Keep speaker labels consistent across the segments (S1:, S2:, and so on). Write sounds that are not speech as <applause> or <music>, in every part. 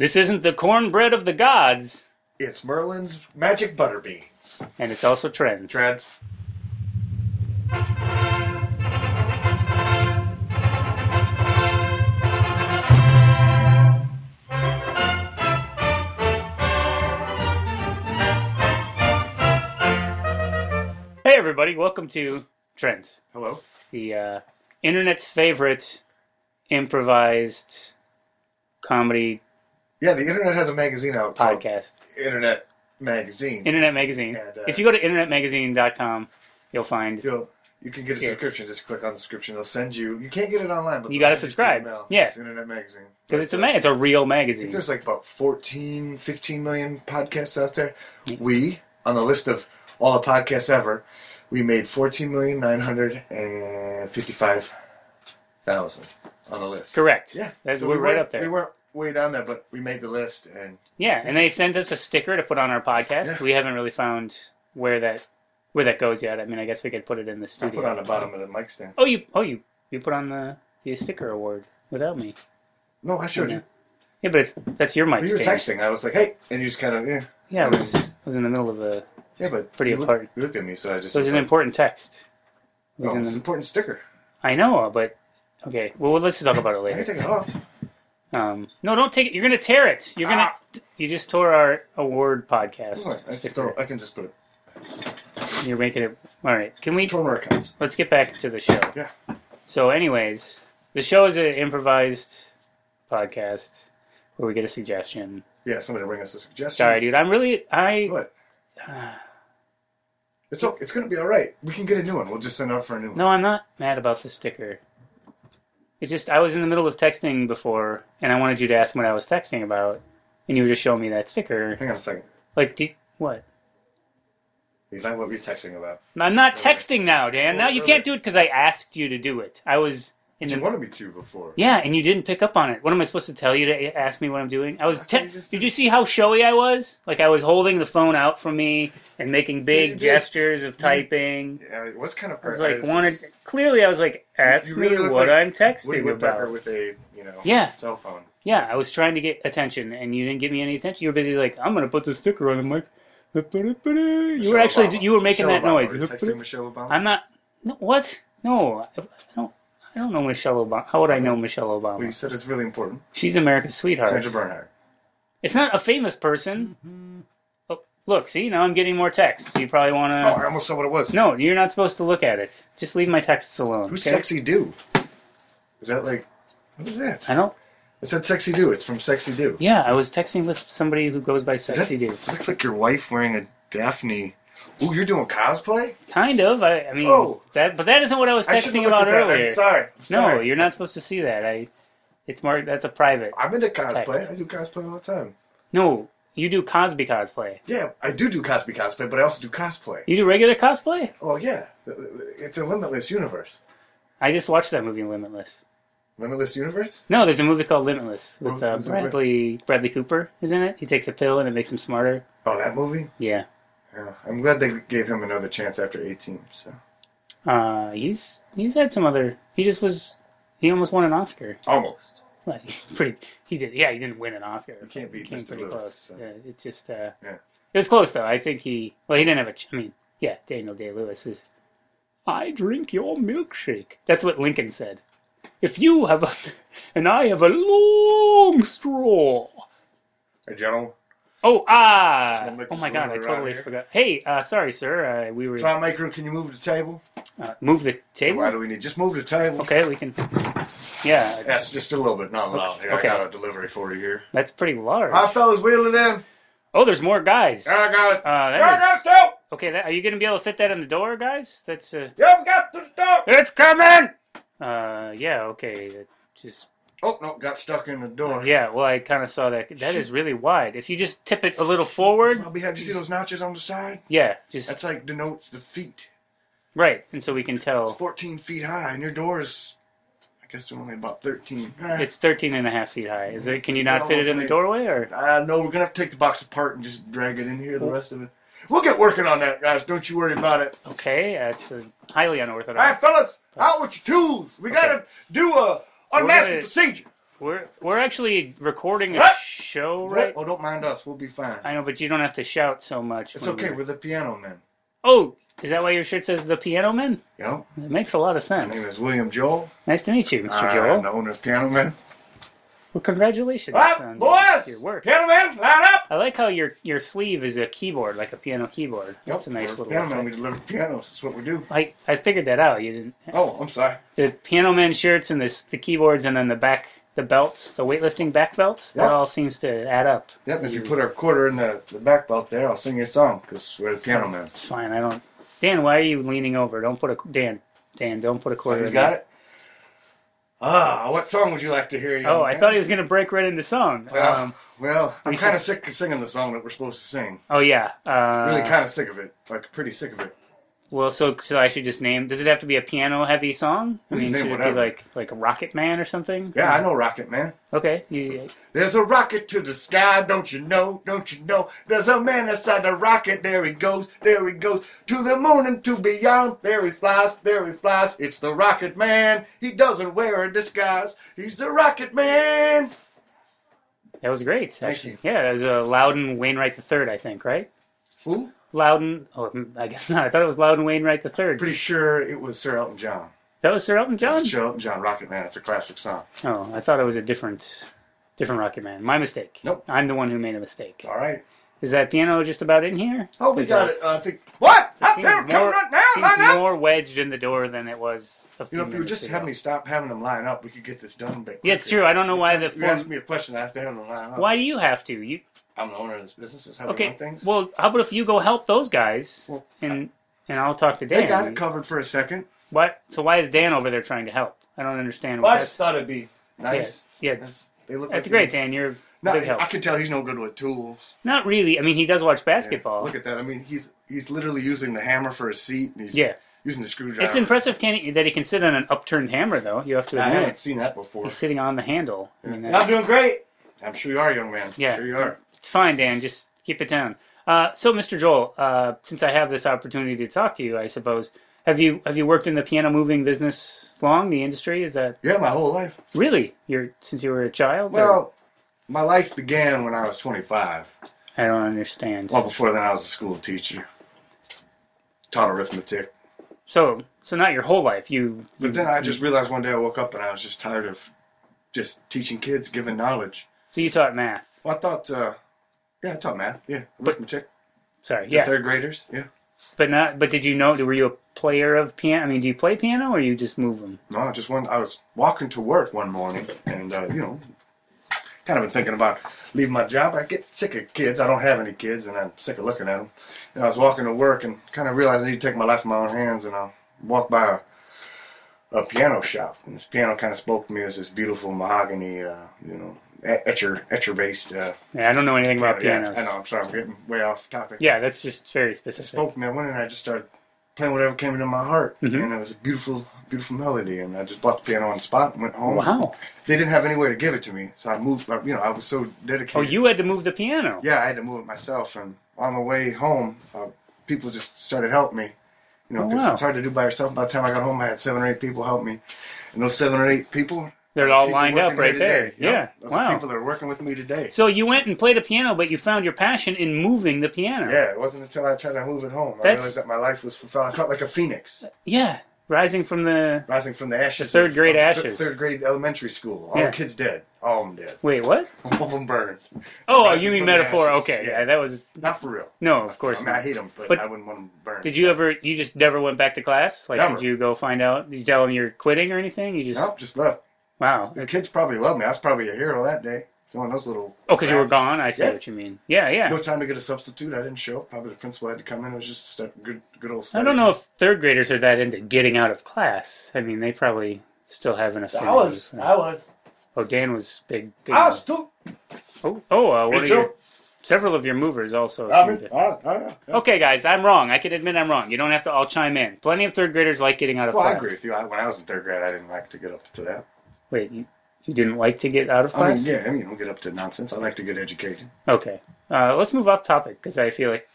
S1: This isn't the cornbread of the gods,
S2: It's Merlin's magic butter beans.
S1: and it's also trends.
S2: Trent.
S1: Hey, everybody, welcome to Trends,
S2: Hello.
S1: the uh, internet's favorite improvised comedy
S2: Yeah, the internet has a magazine out. called
S1: podcast,
S2: Internet magazine.
S1: Internet Magazine.
S2: And, uh,
S1: if you go to internetmagazine.com, you'll find
S2: You'll you can get a
S1: Yeah.
S2: subscription. Just click on the subscription. They'll send you. You can't get it online, but
S1: You
S2: they'll
S1: gotta
S2: send
S1: subscribe.
S2: You through email.
S1: Yeah.
S2: It's internet magazine.
S1: because it's a
S2: But, uh,
S1: ma- it's a real
S2: I
S1: magazine.
S2: think there's like about 14, 15 million podcasts out there. We, on the list of all the podcasts ever, we made 14,955,000 on the list.
S1: Correct.
S2: Yeah.
S1: That's,
S2: So
S1: we're
S2: we
S1: right
S2: weren't-
S1: up there.
S2: We weren't way down there, but we made the list. And
S1: Yeah, and they sent us a sticker to put on our podcast.
S2: Yeah.
S1: We haven't really found where that where that goes yet. I mean, I guess we could put it in the
S2: I
S1: studio.
S2: put on the bottom of the mic stand.
S1: Oh, you oh you you put on the the sticker award without me.
S2: No, I showed you.
S1: Yeah, but it's that's your mic
S2: You were
S1: stand.
S2: texting. I was like, hey. And you just kind of, yeah.
S1: Yeah, I was I was in the middle of a.
S2: Yeah, but
S1: Pretty
S2: you look-
S1: apart.
S2: You looked at me, so I just.
S1: So it was
S2: was
S1: an
S2: like,
S1: important text. It was
S2: oh,
S1: in
S2: it's an
S1: the,
S2: important sticker.
S1: I know, but okay. Well, let's just talk about it
S2: I can
S1: later.
S2: take
S1: <laughs>
S2: it off.
S1: Um, no, don't take it. You're gonna tear it. You're gonna. You just tore our award podcast
S2: Come on, Ah. I,
S1: sticker.
S2: still, I can just put it.
S1: You're making it. All right. Can we?
S2: It's torn where it counts.
S1: let's get back to the show.
S2: Yeah.
S1: So, anyways, the show is an improvised podcast where we get a suggestion.
S2: Yeah, somebody bring us a suggestion.
S1: Sorry, dude. I'm really I.
S2: What? It's okay. It's gonna be all right. We can get a new one. We'll just send out for a new one.
S1: No, I'm not mad about the sticker. It's just I was in the middle of texting before, and I wanted you to ask what I was texting about, and you were just showing me that sticker.
S2: Hang on a second.
S1: Like, do, what?
S2: Eli, what were you texting about?
S1: I'm not
S2: Really?
S1: texting now, Dan.
S2: Oh,
S1: Now you
S2: really?
S1: can't do it because I asked you to do it. I was in
S2: Did you
S1: the
S2: wanted me to before.
S1: Yeah, and you didn't pick up on it. What am I supposed to tell you to ask me what I'm doing? I was.
S2: I thought
S1: Te-
S2: you just
S1: did
S2: did.
S1: you see how showy I was? Like I was holding the phone out from me and making big
S2: you did.
S1: gestures of typing.
S2: Yeah, it was kind of.
S1: I was like, wanted. Clearly, I was like, ask
S2: you really
S1: me
S2: look
S1: what
S2: like
S1: I'm
S2: Woody
S1: texting
S2: Woodpecker
S1: about.
S2: with a you know
S1: Yeah.
S2: cell phone.
S1: Yeah, I was trying to get attention, and you didn't give me any attention. You were busy like, I'm gonna put the sticker on the mic. You
S2: Michelle
S1: were actually
S2: Obama.
S1: you were making
S2: Michelle
S1: that
S2: Obama.
S1: noise.
S2: Were you texting Michelle Obama.
S1: I'm not. No, what? No, I don't. I don't know Michelle Obama. How would I know Michelle
S2: Well, you
S1: Obama?
S2: said it's really important.
S1: She's America's sweetheart.
S2: Sandra Mm-hmm. Bernhardt.
S1: It's not a famous person. Oh, look, see, now I'm getting more texts. You probably want
S2: Oh,
S1: to.
S2: I almost saw what it was.
S1: No, you're not supposed to look at it. Just leave my texts alone.
S2: Who's
S1: okay?
S2: Sexy Do? Is that like? What is that?
S1: I don't.
S2: It said Sexy Do. It's from Sexy Do.
S1: Yeah, I was texting with somebody who goes by
S2: that-
S1: Sexy Dude.
S2: Looks like your wife wearing a Daphne. Ooh, you're doing cosplay?
S1: Kind of. I, I mean,
S2: Oh.
S1: that, but that isn't what I was
S2: I should
S1: texting
S2: have looked
S1: about
S2: at that.
S1: earlier.
S2: I'm sorry. I'm
S1: no,
S2: sorry.
S1: you're not supposed to see that. I. It's more. That's a private.
S2: I'm into cosplay.
S1: Text.
S2: I do cosplay all the time.
S1: No, you do Cosby cosplay.
S2: Yeah, I do do Cosby cosplay, but I also do cosplay.
S1: You do regular cosplay.
S2: Oh yeah, it's a limitless universe.
S1: I just watched that movie Limitless.
S2: Limitless universe?
S1: No, there's a movie called Limitless with
S2: Oh,
S1: uh,
S2: is that right?
S1: Bradley Bradley Cooper is in it. He takes a pill and it makes him smarter.
S2: Oh, that movie?
S1: Yeah,
S2: Yeah. I'm glad they gave him another chance after 18. So.
S1: uh, he's he's had some other. He just was. He almost won an Oscar.
S2: Almost.
S1: <laughs> Like pretty. He did. Yeah, he didn't win an Oscar.
S2: You can't beat Mr.
S1: pretty
S2: Lewis,
S1: close.
S2: so.
S1: Yeah, it just. Uh,
S2: Yeah.
S1: It was close though. I think he. Well, he didn't have a. ch- I mean, yeah, Daniel Day Lewis is. I drink your milkshake. That's what Lincoln said. If you have a, <laughs> and I have a long straw.
S2: Hey, General.
S1: Oh ah!
S2: Someone make
S1: Oh
S2: us
S1: my God! I
S2: deliver
S1: totally
S2: out here.
S1: forgot. Hey, uh, sorry, sir. Uh, we were
S2: John Micro, can you move the table?
S1: uh, move the table.
S2: Why do we need? Just move the table.
S1: Okay, we can. Yeah,
S2: That's just a little bit not loud. Here,
S1: Okay.
S2: I got a delivery for you here.
S1: that's pretty large.
S2: Hi, fellas, wheeling in.
S1: oh, there's more guys. Uh,
S2: I got it.
S1: that is,
S2: stuff.
S1: okay, that, are you gonna be able to fit that in the door, guys? That's uh,
S2: Y'all got the stuff.
S1: it's coming. Uh, yeah, okay. It Just
S2: Oh no, got stuck in the door.
S1: yeah. Well, I kind of saw that. That is really wide. If you just tip it a little forward,
S2: Well, behind, you see those notches on the side?
S1: yeah, just
S2: That's like denotes the feet.
S1: right, and so we can
S2: It's
S1: tell
S2: 14 feet high, and your door is, I guess, only about 13. Eh.
S1: it's 13 and a half feet high. Is it? Can you not
S2: Well,
S1: fit it in the
S2: maybe.
S1: doorway or?
S2: I know we're gonna have to take the box apart and just drag it in here. The
S1: Oh.
S2: rest of it, we'll get working on that, guys. Don't you worry about it.
S1: Okay, that's uh, highly
S2: All right,
S1: unorthodox.
S2: fellas, out with your tools. We gotta do a
S1: We're
S2: unmasking
S1: gonna-
S2: procedure.
S1: We're we're actually recording
S2: Ah!
S1: a show right.
S2: Oh, don't mind us. We'll be fine.
S1: I know, but you don't have to shout so much.
S2: It's
S1: when
S2: okay.
S1: we're-
S2: We're the piano men.
S1: Oh, is that why your shirt says the Piano Man?
S2: You know,
S1: It makes a lot of
S2: my name
S1: sense.
S2: is William Joel.
S1: Nice to meet you, Mr. Joel.
S2: I'm the owner of Piano Man.
S1: Well, congratulations
S2: Up,
S1: on
S2: boys!
S1: your work.
S2: Piano Man, line up!
S1: I like how your your sleeve is a keyboard, like a piano keyboard. That's a nice
S2: we're
S1: little.
S2: piano man.
S1: effect.
S2: We deliver pianos. That's what we do.
S1: I I figured that out. You didn't.
S2: Oh, I'm sorry.
S1: The piano man shirts and this the keyboards and then the back the belts, the weightlifting back belts.
S2: Yep.
S1: That all seems to add up.
S2: Yep. If you put a quarter in the, the back belt there, I'll sing you a song because we're the piano man.
S1: It's fine. I don't. Dan, why are you leaning over? Don't put a Dan. Dan, don't put a quarter.
S2: He's
S1: in
S2: got
S1: there.
S2: it. Ah, what song would you like to hear?
S1: Oh,
S2: young
S1: I
S2: man?
S1: thought he was gonna break right into song.
S2: Well,
S1: um,
S2: well, I'm
S1: we
S2: kind of sick of singing the song that we're supposed to sing.
S1: oh yeah. Uh,
S2: Really, kind of sick of it. Like pretty sick of it.
S1: Well, so so I should just name. Does it have to be a piano heavy song? I
S2: You
S1: mean,
S2: can name
S1: should it
S2: whatever.
S1: be like like Rocket Man or something?
S2: Yeah, I know Rocket Man.
S1: Okay. You,
S2: There's a rocket to the sky, don't you know, don't you know? There's a man inside the rocket, there he goes, there he goes, to the moon and to beyond, there he flies, there he flies. It's the Rocket Man, he doesn't wear a disguise, he's the Rocket Man.
S1: that was great.
S2: Thank
S1: actually.
S2: you.
S1: Yeah, that was uh, Loudon Wainwright III, I think. Right.
S2: Who?
S1: Loudon. Oh, <laughs> hmm, I guess not. I thought it was Loudon Wainwright III.
S2: Pretty sure it was Sir Elton John.
S1: That was Sir Elton John.
S2: Sir Elton John, Rocket Man, it's a classic song.
S1: Oh, I thought it was a different different Rocket Man. My mistake.
S2: Nope.
S1: I'm the one who made a mistake.
S2: All right.
S1: Is that piano just about in here?
S2: Oh, we
S1: Is
S2: got
S1: that-
S2: it. Uh, I think. What?
S1: It
S2: Up
S1: seems
S2: there, come
S1: more,
S2: right now,
S1: seems
S2: line up.
S1: more wedged in the door than it was a few
S2: You know, if you would
S1: minutes
S2: just
S1: ago.
S2: have me stop having them line up, we could get this done. a bit
S1: Yeah, it's
S2: quicker.
S1: true. I don't know why the
S2: You asked
S1: form.
S2: me a question, I have to have them line up.
S1: Why do you have to? You
S2: I'm the owner of this business. That's how we
S1: okay?
S2: run things.
S1: Well, how about if you go help those guys
S2: Well,
S1: and and I'll talk to Dan.
S2: they got it covered for a second.
S1: Why? So why is Dan over there trying to help? I don't understand.
S3: Well, I
S1: What
S3: just thought it'd be.
S2: Nice.
S1: Yeah, yeah.
S2: That's, they look
S1: That's
S2: like
S1: great,
S2: they-
S1: Dan. You're a
S2: Not-
S1: big help.
S2: I can tell he's no good with tools.
S1: Not really. I mean, he does watch
S2: Yeah,
S1: basketball.
S2: Look at that. I mean, he's he's literally using the hammer for a seat. And he's
S1: Yeah.
S2: using the screwdriver.
S1: It's impressive can he, that he can sit on an upturned hammer, though. You have to
S2: I
S1: admit
S2: haven't
S1: it.
S2: seen that before.
S1: He's sitting on the handle. I mean,
S3: I'm
S1: that's,
S3: doing great.
S2: I'm sure you are, young man.
S1: Yeah.
S2: Sure you are.
S1: it's fine, Dan. Just keep it down. Uh, so, Mr. Joel, uh, since I have this opportunity to talk to you, I suppose have you have you worked in the piano moving business long? The industry is that
S2: Yeah, my whole life.
S1: really you're since you were a child? or-
S2: Well, my life began when I was 25.
S1: I don't understand.
S2: Well, before then, I was a school teacher. Taught arithmetic.
S1: so, so not your whole life. You,
S2: But then I just realized one day I woke up and I was just tired of just teaching kids, giving knowledge.
S1: so you taught math.
S2: Well, I thought, uh, yeah, I taught math. Yeah, arithmetic.
S1: Sorry,
S2: The
S1: yeah,
S2: third graders. Yeah.
S1: but not. But did you know? Were you a player of piano? I mean, do you play piano or you just move them?
S2: No, I just one. I was walking to work one morning, and uh, you know, kind of been thinking about leaving my job. I get sick of kids. I don't have any kids, and I'm sick of looking at them. And I was walking to work, and kind of realized I need to take my life in my own hands. And I walked by a, a piano shop, and this piano kind of spoke to me as this beautiful mahogany, uh, you know, et- etcher etcher based. Uh,
S1: Yeah, I don't know anything about
S2: yeah,
S1: pianos.
S2: I know. I'm sorry. I'm getting way off topic.
S1: Yeah, that's just very
S2: I
S1: specific.
S2: spoke to me. I went in and I just started playing whatever came into my heart,
S1: Mhm.
S2: and it was a beautiful, beautiful melody. And I just bought the piano on the spot and went home.
S1: Wow.
S2: They didn't have anywhere to give it to me, so I moved. I- You know, I was so dedicated.
S1: Oh, you had to move the piano.
S2: Yeah, I had to move it myself. And on the way home, uh, people just started helping me. You know,
S1: Oh,
S2: 'cause
S1: wow.
S2: it's hard to do by yourself. By the time I got home, I had seven or eight people help me, and those seven or eight people.
S1: They're all
S2: people
S1: lined
S2: working
S1: up
S2: here
S1: right there.
S2: today. Yep.
S1: Yeah.
S2: those are
S1: Wow.
S2: people that are working with me today.
S1: So you went and played a piano, but you found your passion in moving the piano.
S2: Yeah, it wasn't until I tried to move it home I
S1: That's-
S2: realized that my life was fulfilled. I felt like a phoenix.
S1: Yeah. Rising from the
S2: Rising from the ashes.
S1: The third grade
S2: of-
S1: ashes.
S2: Third grade elementary school. All
S1: Yeah.
S2: the kids dead. All of them dead.
S1: wait, what?
S2: All of them burned.
S1: Oh,
S2: Rising
S1: you mean
S2: from the
S1: metaphor?
S2: ashes.
S1: Okay.
S2: Yeah.
S1: Yeah. that was
S2: Not for real.
S1: no, of course
S2: I mean, I
S1: not.
S2: hate them, but,
S1: But-
S2: I wouldn't want them burned.
S1: Did you ever? You just never went back to class? Like,
S2: Never.
S1: did you go find out? Did you tell them you're quitting or anything? You just
S2: Nope, just left.
S1: wow.
S2: The kids probably loved me. I was probably a hero that day. Doing those little.
S1: Oh, because you were
S2: crap.
S1: gone. I see
S2: Yeah.
S1: what you mean. Yeah, yeah.
S2: No time to get a substitute. I didn't show up. Probably the principal had to come in. It was just a stu- good, good old.
S1: I don't know if third graders are that into getting out of class. I mean, they probably still have an affinity.
S3: I was.
S1: for-
S3: I was.
S1: Oh, Dan was big. big
S3: I was too.
S1: Oh, oh uh, one
S3: Hey,
S1: of
S3: Joe.
S1: your, several of your movers also. seem
S3: Robin.
S1: to-
S3: I was. I was.
S1: Okay, guys, I'm wrong. I can admit I'm wrong. You don't have to all chime in. Plenty of third graders like getting out of
S2: Well, I
S1: class.
S2: agree with you. I, when I was in third grade, I didn't like to get up to that.
S1: Wait, you, you didn't like to get out of
S2: I
S1: class?
S2: mean, yeah, I mean, you don't get up to nonsense. I like to get educated.
S1: Okay, uh, let's move off topic because I feel like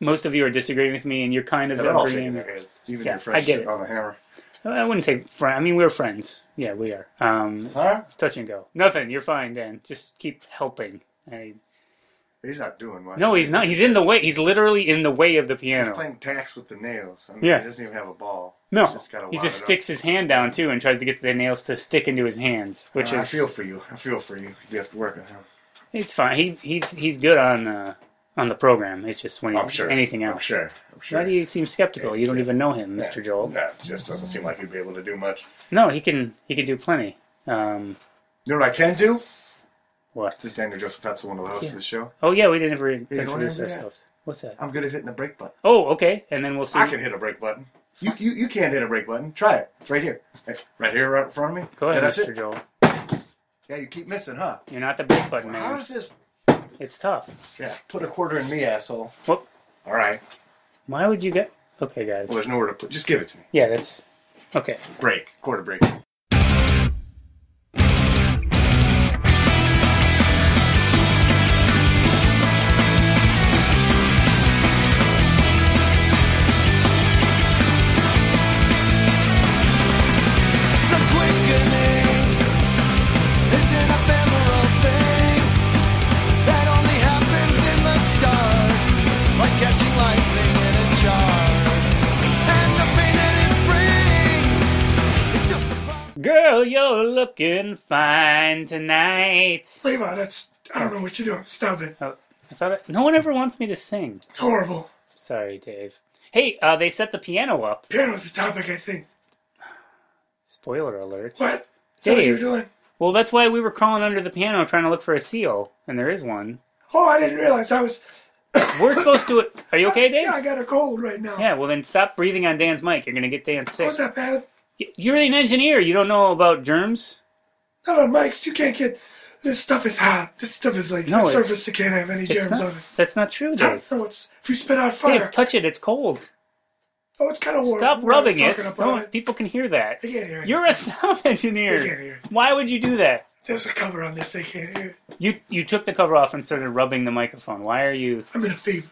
S1: most of you are disagreeing with me, and you're kind of
S2: They're all shaking
S1: agreeing.
S2: their heads. Even
S1: Yeah,
S2: your friends
S1: I get it.
S2: on the hammer.
S1: I wouldn't say friend. I mean, we're friends. Yeah, we are. Um,
S2: Huh?
S1: it's touch and go. Nothing. You're fine, Dan. Just keep helping. I,
S2: He's not doing much.
S1: no, he's not. He's in the way. He's literally in the way of the piano.
S2: He's playing tacks with the nails. I mean,
S1: Yeah.
S2: He doesn't even have a ball.
S1: No,
S2: He's just gotta
S1: he
S2: wad
S1: just
S2: it up.
S1: sticks his hand down too and tries to get the nails to stick into his hands, which
S2: Uh, I
S1: is
S2: feel for you. I feel for you. You have to work on him.
S1: it's fine. He he's he's good on uh, on the program. It's just when he,
S2: I'm sure.
S1: anything
S2: I'm
S1: else.
S2: sure. I'm
S1: Why
S2: sure.
S1: do you seem skeptical? you
S2: It's,
S1: don't
S2: uh,
S1: even know him,
S2: yeah.
S1: Mr. Joel.
S2: Nah, it just doesn't seem like you'd be able to do much.
S1: No, he can he can do plenty. Um,
S2: You know what I can do?
S1: what?
S2: This is Daniel Joseph Fetzel, one of the hosts
S1: Yeah.
S2: of the show.
S1: Oh yeah, we didn't ever
S2: Yeah, go
S1: introduce
S2: ahead and do that.
S1: ourselves. What's that?
S2: I'm good at hitting the brake button.
S1: Oh, okay. And then we'll see.
S2: I can hit a brake button. You, you you can't hit a brake button. Try it. It's right here. Hey, Right here, right in front of me.
S1: Go ahead,
S2: Yeah, that's
S1: Mr.
S2: it.
S1: Joel.
S2: Yeah, you keep missing, huh?
S1: You're not the big button
S2: How
S1: man.
S2: does this?
S1: It's tough.
S2: Yeah, put a quarter in me, asshole.
S1: Whoop.
S2: All right.
S1: Why would you get? Okay, guys.
S2: Well, there's nowhere to put. Just give it to me.
S1: Yeah, that's okay.
S2: Break. Quarter break.
S3: The quickening is an ephemeral thing that only happens in the dark, like catching lightning in a jar. And the pain that it brings is just a part.
S1: Girl, you're looking fine tonight.
S2: Levi, that's. I don't know what you're doing. Stop it.
S1: Oh, I thought I, no one ever wants me to sing.
S2: It's horrible.
S1: Sorry, Dave. Hey, uh, they set the piano up.
S2: Piano's the topic, I think.
S1: Spoiler alert.
S2: What?
S1: that what you were Dave.
S2: doing?
S1: Well, that's why we were crawling under the piano trying to look for a seal, and there is one.
S2: Oh, I didn't realize I was.
S1: We're supposed to. Are you okay, Dave?
S2: got a cold right now.
S1: Yeah, well, then stop breathing on Dan's mic. You're going to get Dan sick.
S2: that bad?
S1: Y- You're an engineer. You don't know about germs?
S2: Not on mics. You can't get. This stuff is hot. This stuff is like
S1: No, it's- surface,
S2: It can't have any
S1: It's not, that's not true, Dave.
S2: No, it's if you spit out
S1: Dave, touch it. It's cold.
S2: Oh, it's kind of warm.
S1: Stop rubbing it.
S2: talking
S1: No,
S2: about it.
S1: people can hear that.
S2: They can't hear it.
S1: You're a sound
S2: They can't
S1: engineer.
S2: hear
S1: Why would you do that?
S2: There's a cover on this. They can't hear. it.
S1: You you took the cover off and started rubbing the microphone. Why are you?
S2: I'm in a fever.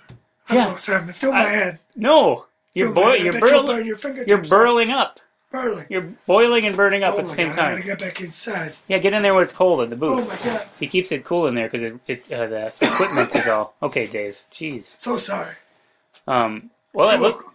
S1: Yeah.
S2: I don't know what's happening. Feel my
S1: I-
S2: head.
S1: No, you're
S2: Feel my
S1: boi-
S2: head. I
S1: you're
S2: bet you'll
S1: burl-
S2: burn your fingertips.
S1: you're
S2: off.
S1: burling up.
S2: Burling.
S1: You're boiling and burning up
S2: oh
S1: at the
S2: my
S1: same
S2: god! I
S1: time.
S2: gotta get back inside.
S1: Yeah, get in there when it's cold in the
S2: Oh
S1: booth.
S2: my god!
S1: he keeps it cool in there because it, it uh, the equipment is all <laughs> okay, Dave. Jeez.
S2: So sorry.
S1: Um. Well, it
S2: You're
S1: look.
S2: welcome.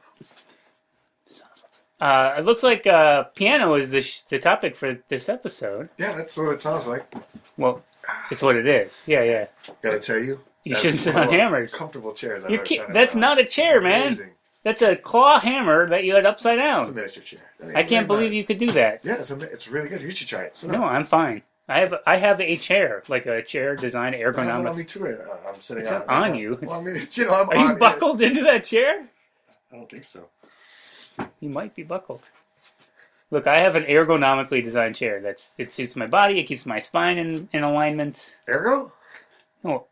S1: Uh, it looks like uh, piano is the sh- the topic for this episode.
S2: Yeah, that's what it sounds like.
S1: Well, it's what it is. Yeah, yeah.
S2: Gotta tell you.
S1: You
S2: that's
S1: shouldn't
S2: one
S1: sit
S2: of
S1: on
S2: the most
S1: hammers.
S2: Comfortable chairs. I've
S1: You
S2: ever
S1: can't-
S2: sat in
S1: that's
S2: my
S1: not a
S2: life.
S1: chair, man.
S2: Amazing.
S1: That's a claw hammer that you had upside
S2: It's a
S1: down.
S2: miniature chair. ain't
S1: I can't
S2: really bad.
S1: believe you could do that.
S2: Yeah, it's, a, mi- it's really good. You should try it. So
S1: No, I'm fine. I have I have a chair, like a chair designed
S2: I have it on
S1: ergonomic.
S2: me too. right now. I'm sitting
S1: It's
S2: on
S1: not
S2: it right
S1: on
S2: now.
S1: you.
S2: Well, I mean, <laughs> you know, I'm
S1: Are
S2: on
S1: you
S2: it.
S1: buckled into that chair?
S2: I don't think so.
S1: You might be buckled. Look, I have an ergonomically designed chair. That's it suits my body. It keeps my spine in, in alignment.
S2: Ergo?
S1: No,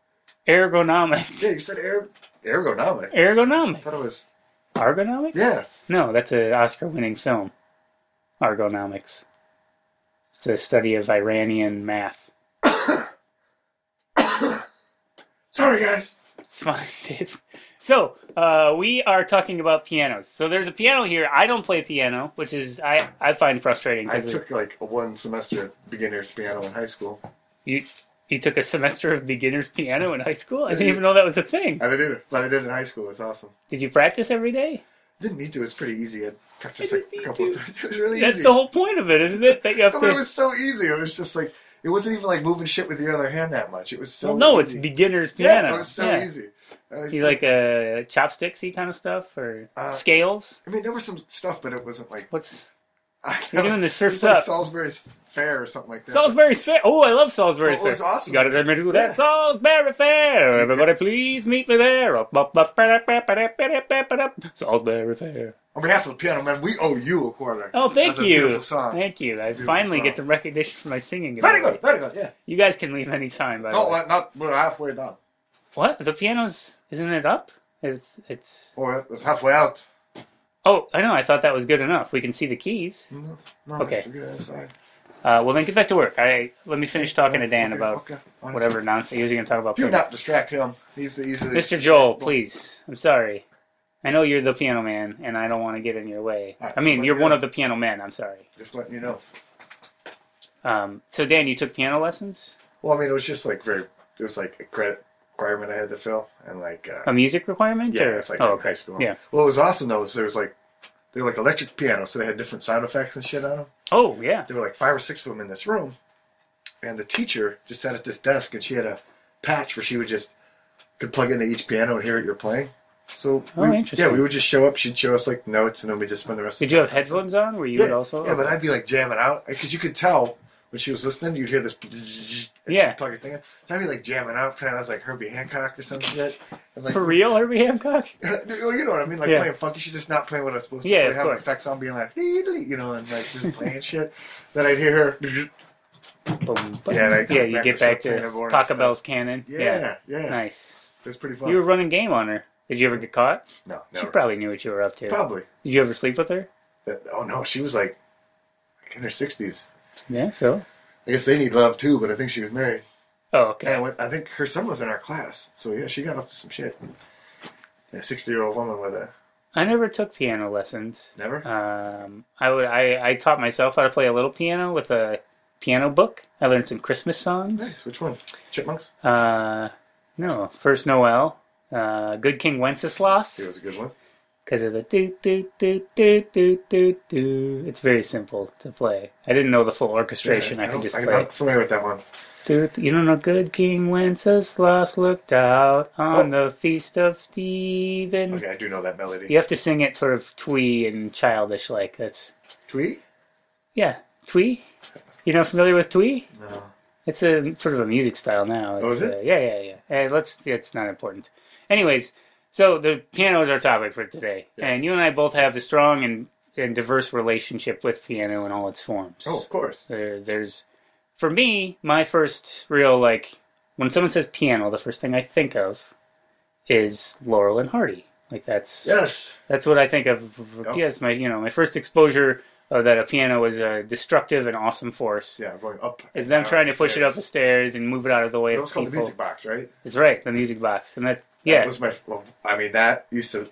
S1: ergonomic, <laughs>
S2: Yeah, you said er- ergonomic. I
S1: ergonomic,
S2: thought it was.
S1: ergonomic.
S2: Yeah.
S1: No, that's an Oscar-winning film. Ergonomics. It's the study of Iranian math.
S2: Sorry, guys.
S1: It's fine, <laughs> Dave. So, uh, we are talking about pianos. So there's a piano here. I don't play piano, which is I, I find frustrating
S2: I
S1: because
S2: took like a one semester beginner's piano in high school.
S1: you you took a semester of beginner's piano in high school. I didn't even know that was a thing.
S2: I didn't either, but I did in high school. It's awesome.
S1: Did you practice every day?
S2: Didn't need to. It's pretty easy. I practiced
S1: I
S2: like
S1: didn't
S2: a
S1: need
S2: couple of
S1: to.
S2: times. <laughs> It was really
S1: That's
S2: easy.
S1: the whole point of it, isn't it? That you have
S2: but it
S1: to.
S2: was so easy. It was just like it wasn't even like moving shit with your other hand that much. It was so.
S1: well, no, it's
S2: easy.
S1: beginner's
S2: Yeah,
S1: piano.
S2: it was so
S1: Yeah.
S2: easy. Uh,
S1: You like uh, chopsticksy kind of stuff or
S2: Uh,
S1: scales?
S2: I mean, there was some stuff, but it wasn't like <laughs>
S1: What's
S2: I
S1: You're doing the
S2: oh, it was
S1: Surf's
S2: like
S1: Up.
S2: Salisbury's Fair or something like that.
S1: Salisbury's Fair? Oh, I love Salisbury's
S2: Oh,
S1: Fair.
S2: it's awesome.
S1: You got to admit to that
S2: Yeah.
S1: Salisbury Fair. Everybody, please meet me there. Up, up, up, ba-da, ba-da, ba-da, ba-da, ba-da. Salisbury Fair.
S2: On behalf of the piano man, we owe you a quarter.
S1: Oh, thank
S2: That's a
S1: you.
S2: beautiful song.
S1: Thank you. I
S2: Beautiful
S1: finally
S2: song.
S1: get some recognition for my singing.
S2: Very
S1: ability.
S2: good, very good. Yeah.
S1: You guys can leave any time. By the
S2: No,
S1: way.
S2: uh, not we're halfway done,
S1: What? The piano's isn't it up? It's it's.
S2: or it's halfway out.
S1: Oh, I know. I thought that was good enough. We can see the keys.
S2: No, no,
S1: Okay.
S2: we're good, sorry.
S1: Uh, well, then get back to work. I let me finish talking to Dan
S2: Okay,
S1: about
S2: okay, all right.
S1: whatever nonsense he was going to talk about.
S2: Do
S1: later.
S2: not distract him. He's easily
S1: Mr. Joel, please. I'm sorry. I know you're the piano man, and I don't want to get in your way.
S2: All right,
S1: I mean,
S2: so
S1: you're
S2: you
S1: one
S2: know-
S1: of the piano men. I'm sorry.
S2: Just letting you know.
S1: Um, so Dan, you took piano lessons,
S2: Well, I mean, it was just like very, it was like a credit requirement I had to fill, and like, uh,
S1: a music requirement?
S2: yeah,
S1: or-
S2: it's like
S1: oh,
S2: in
S1: okay.
S2: high school.
S1: Yeah.
S2: Well, it was awesome though. Was there was like, they were like electric pianos, so they had different sound effects and shit on them.
S1: Oh, yeah.
S2: There were like five or six of them in this room, and the teacher just sat at this desk, and she had a patch where she would just could plug into each piano and hear what you're playing. So
S1: Oh,
S2: we-
S1: interesting.
S2: yeah, we would just show up. She'd show us like notes, and then we would just spend the rest. of
S1: Did
S2: the
S1: you have headphones on? Were you
S2: yeah,
S1: would also?
S2: Yeah, but I'd be like jamming out because you could tell when she was listening. You'd hear this. and
S1: Yeah.
S2: she'd Plug her thing in. So I'd be like jamming out, kind of was like Herbie Hancock or some shit. And like,
S1: For real, Herbie Hancock?
S2: Well, <laughs> you know what I mean? Like
S1: Yeah.
S2: playing funky. She's just not playing what I was supposed to.
S1: Yeah,
S2: play,
S1: of
S2: having
S1: course.
S2: effects on, being like, you know, and like just playing shit. Then I'd hear her.
S1: <laughs> Boom, boom.
S2: Yeah, and I'd
S1: yeah.
S2: come
S1: You
S2: back
S1: get
S2: to some
S1: back to
S2: piano board and stuff.
S1: Cockabell's Cannon.
S2: Yeah, yeah,
S1: Nice.
S2: it was pretty fun.
S1: You were running game on her. Did you ever get caught?
S2: no,
S1: She
S2: never.
S1: probably knew what you were up to.
S2: Probably.
S1: Did you ever sleep with her?
S2: That- Oh no, she was like in her sixties.
S1: Yeah. So.
S2: I guess they need love too, but I think she was married.
S1: Oh, okay.
S2: And I went- I think her son was in our class, so yeah, she got up to some shit. A sixty-year-old woman with a
S1: I never took piano lessons.
S2: never.
S1: Um, I would I, I taught myself how to play a little piano with a piano book. I learned some Christmas songs.
S2: Nice. Which ones? Chipmunks.
S1: Uh, no, First Noel, uh, Good King Wenceslas,
S2: It was a good one.
S1: because of the do do do do do do do. It's very simple to play. I didn't know the full orchestration. I
S2: don't-
S1: could just
S2: I'm
S1: play.
S2: not familiar with that one.
S1: Do, you don't know Good King Wenceslas looked out on the feast of Stephen.
S2: Oh. Okay, I do know that melody.
S1: You have to sing it sort of twee and childish like. That's
S2: Tweet?
S1: Yeah, twee. You're not familiar with twee?
S2: No.
S1: It's a sort of a music style now. It's,
S2: Oh, is it?
S1: Uh, yeah, yeah, yeah. Eh, let's. It's not important. Anyways, so the piano is our topic for today,
S2: Yes.
S1: and you and I both have a strong and and diverse relationship with piano in all its forms.
S2: Oh, of course.
S1: There, there's, for me, my first real like when someone says piano, the first thing I think of is Laurel and Hardy. Like that's
S2: Yes.
S1: that's what I think of.
S2: Yep.
S1: Yes, my you know my first exposure of that a piano was a destructive and awesome force.
S2: Yeah, going up.
S1: Is
S2: and
S1: them
S2: down
S1: trying to
S2: the
S1: push it up the
S2: stairs.
S1: stairs and move it out of the way
S2: It
S1: of
S2: was called the
S1: people.
S2: music box, right?
S1: It's right, the music box, and that
S2: That
S1: yeah,
S2: was my. Well, I mean, that used to.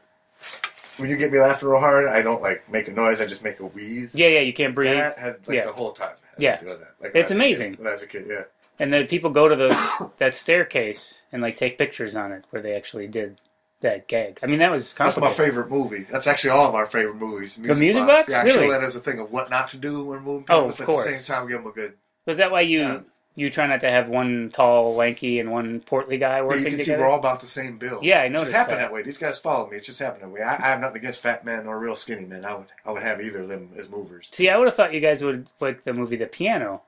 S2: When you get me laughing real hard, I don't like make a noise. I just make a wheeze.
S1: yeah, yeah. You can't breathe,
S2: That had like
S1: Yeah.
S2: the whole time. I had
S1: Yeah.
S2: to do that, like, when I
S1: It's
S2: was a kid-
S1: amazing.
S2: When I was a kid, yeah.
S1: and then people go to
S2: <coughs>
S1: those that staircase and like take pictures on it where they actually did that gag. I mean, that was
S2: That's my
S1: complicated.
S2: favorite movie. That's actually all of our favorite movies.
S1: Music Box?
S2: Yeah, I show
S1: Really?
S2: that as a thing of what not to do when moving.
S1: Oh,
S2: people,
S1: of
S2: but
S1: course.
S2: At the same time, give them a good.
S1: was that why you
S2: Yeah.
S1: you try not to have one tall, lanky, and one portly guy
S2: But
S1: working
S2: you can see
S1: together?
S2: we're all about the same build.
S1: Yeah, I
S2: It
S1: noticed
S2: just happened
S1: that.
S2: that. way. These guys followed me. It just happened that way. I, I have nothing against fat men or real skinny men. I would, I would have either of them as movers.
S1: see, I would have thought you guys would like the movie The Piano.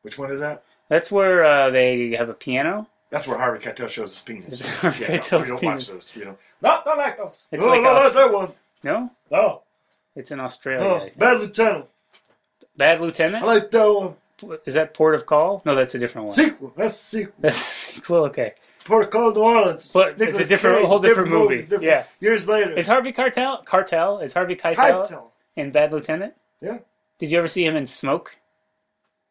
S2: Which one is that?
S1: That's where uh, they have a piano.
S2: That's where Harvey Keitel shows his penis.
S1: It's Harvey
S2: yeah, no,
S1: Keitel's
S2: we don't
S1: penis.
S2: watch those. You know, not, not like those.
S1: It's
S2: no,
S1: like
S2: no,
S1: us.
S2: not that one.
S1: No,
S2: No,
S1: it's in Australia. I
S2: no,
S1: think.
S2: Bad Lieutenant.
S1: Bad
S2: I
S1: Lieutenant.
S2: like that one.
S1: Is that Port of Call? No, that's a different one.
S2: Sequel. That's the sequel.
S1: That's a sequel. Okay.
S2: Port Call, New Orleans.
S1: But it's a
S2: Nicolas
S1: different-
S2: Cage,
S1: whole different movie. Yeah.
S2: Years later.
S1: Is Harvey Cartel Cartel is Harvey Keitel
S2: Keitel.
S1: in Bad Lieutenant?
S2: Yeah.
S1: Did you ever see him in Smoke?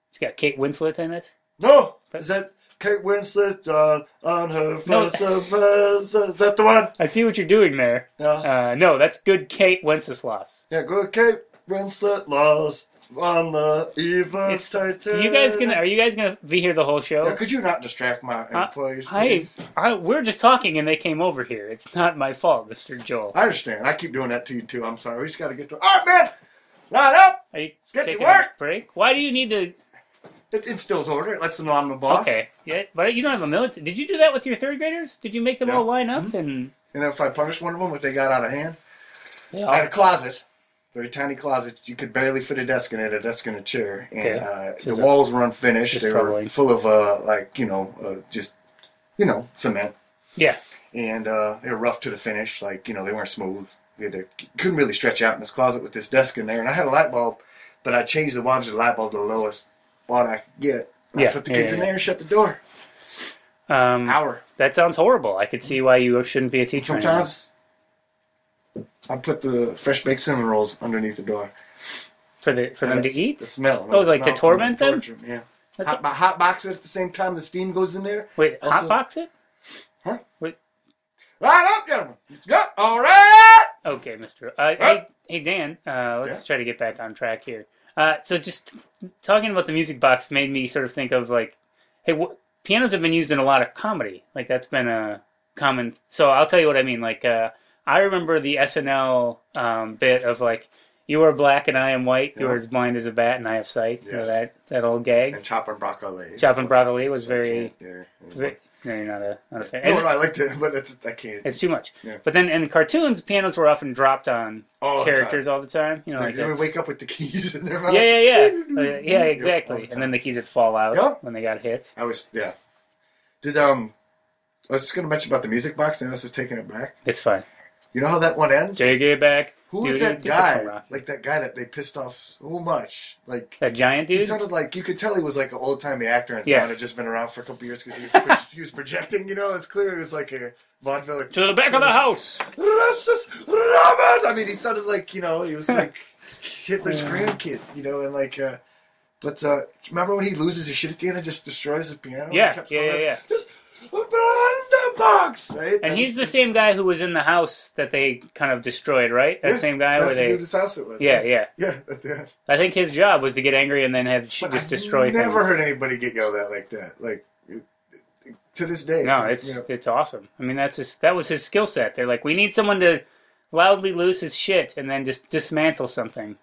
S1: It's got Kate Winslet in it.
S2: No,
S1: But-
S2: is that Kate Winslet on, on her
S1: No.
S2: first surprise? Is that the one?
S1: I see what you're doing there.
S2: Yeah,
S1: Uh, no, that's good Kate Wenceslas.
S2: yeah. Go Kate Winslet lost on the eve of
S1: It's-
S2: Titanic.
S1: So you guys gonna are you guys gonna be here the whole show?
S2: Yeah, could you not distract my
S1: Uh,
S2: employees?
S1: I,
S2: please?
S1: I we're just talking and they came over here. It's not my fault, Mr. Joel.
S2: I understand. I keep doing that to you too. I'm sorry. We just got to get to. All right, man. Line up.
S1: Are you
S2: get to
S1: taking
S2: work.
S1: a break? Why do you need to?
S2: It instills order. It lets them know I'm the boss.
S1: Okay, yeah, but you don't have a military. Did you do that with your third graders? Did you make them
S2: Yeah.
S1: all line
S2: Mm-hmm.
S1: up and
S2: And if I punish one of them, if they got out of hand,
S1: they
S2: I
S1: all
S2: had a closet, very tiny closet. You could barely fit a desk in it, a desk and a chair. And
S1: Okay.
S2: uh,
S1: So is that-
S2: the walls were unfinished.
S1: Just
S2: They
S1: troubling.
S2: were full of, uh, like, you know, uh, just, you know, cement.
S1: yeah.
S2: And uh, they were rough to the finish. Like, you know, they weren't smooth. You had to, you couldn't really stretch out in this closet with this desk in there. And I had a light bulb, but I changed the wattage of the light bulb to the lowest watt I could get. And
S1: Yeah,
S2: I put the
S1: yeah,
S2: kids
S1: yeah,
S2: in
S1: yeah.
S2: there and shut the door.
S1: Um,
S2: Hour.
S1: That sounds horrible. I could see why you shouldn't be a teacher. anymore.
S2: Sometimes I put the fresh baked cinnamon rolls underneath the door.
S1: for the for them to
S2: It's-
S1: eat.
S2: The smell.
S1: Oh, like to
S2: smell from
S1: torment them?
S2: torture, Yeah.
S1: That's
S2: Hot, bo- hot box it at the same time the steam goes in there.
S1: wait,
S2: also-
S1: hotbox it?
S2: Huh?
S1: Wait,
S2: Right up, gentlemen. Let's go. All right.
S1: Okay, Mister. Uh,
S2: Huh?
S1: hey, hey, Dan. Uh, let's
S2: Yeah?
S1: try to get back on track here. Uh, so, just talking about the music box made me sort of think of like, hey, wh- pianos have been used in a lot of comedy. Like that's been a common. So I'll tell you what I mean. Like, uh, I remember the SNL um, bit of like, you are black and I am white. You
S2: Yeah.
S1: are as blind as a bat and I have sight. You know
S2: Yes.
S1: that that old gag.
S2: And chopping broccoli.
S1: Chopping broccoli was
S2: Can't,
S1: very.
S2: yeah, yeah.
S1: very no, you're not a, not a fan.
S2: No,
S1: And-
S2: no, I like to, but it's, I can't.
S1: it's too much.
S2: Yeah.
S1: But then in cartoons, pianos were often dropped on
S2: All the
S1: characters all the time. You know,
S2: Like,
S1: like
S2: you ever
S1: that's-
S2: wake up with the keys in their mouth?
S1: yeah,
S2: <laughs>
S1: yeah, yeah, Uh, yeah,
S2: all
S1: exactly.
S2: the
S1: and then the keys would fall out
S2: Yeah.
S1: when they got hit.
S2: I was, yeah. Did, um, I was just going to mention about the music box, and I was just taking it back.
S1: It's fine.
S2: You know how that one ends?
S1: Take it back.
S2: Who was
S1: Dude,
S2: that
S1: dude, from
S2: guy?
S1: Rocky.
S2: Like that guy that they pissed off so much. Like
S1: That giant
S2: he
S1: dude.
S2: sounded like you could tell he was like an old timey actor and
S1: Yeah.
S2: sound had just been around for a couple years because he, was pro- <laughs> he was projecting. You know, it's clear he was like a vaudeville. like,
S1: To the back of the house.
S2: "Restless Robert!" I mean, he sounded like you know
S1: <laughs>
S2: he was like Hitler's grandkid. You know, and like. uh but uh, remember when he loses his shit at the end and just destroys his piano?
S1: Yeah,
S2: he kept
S1: yeah,
S2: calling
S1: yeah,
S2: it, Just open the box, right?
S1: And
S2: That
S1: he's the
S2: was-
S1: same guy who was in the house that they kind of destroyed, right? That
S2: Yeah,
S1: same guy
S2: That's
S1: where
S2: the
S1: they.
S2: dude whose house it was.
S1: Yeah, yeah.
S2: <laughs> yeah, yeah.
S1: I think his job was to get angry and then have sh-
S2: But
S1: just
S2: I've
S1: destroy
S2: Never
S1: things.
S2: heard anybody get yelled at like that. Like it- it- to this day.
S1: No, it's
S2: you know,
S1: it's awesome. I mean, that's his, that was his skill set. They're like, we need someone to loudly lose his shit and then just dismantle something.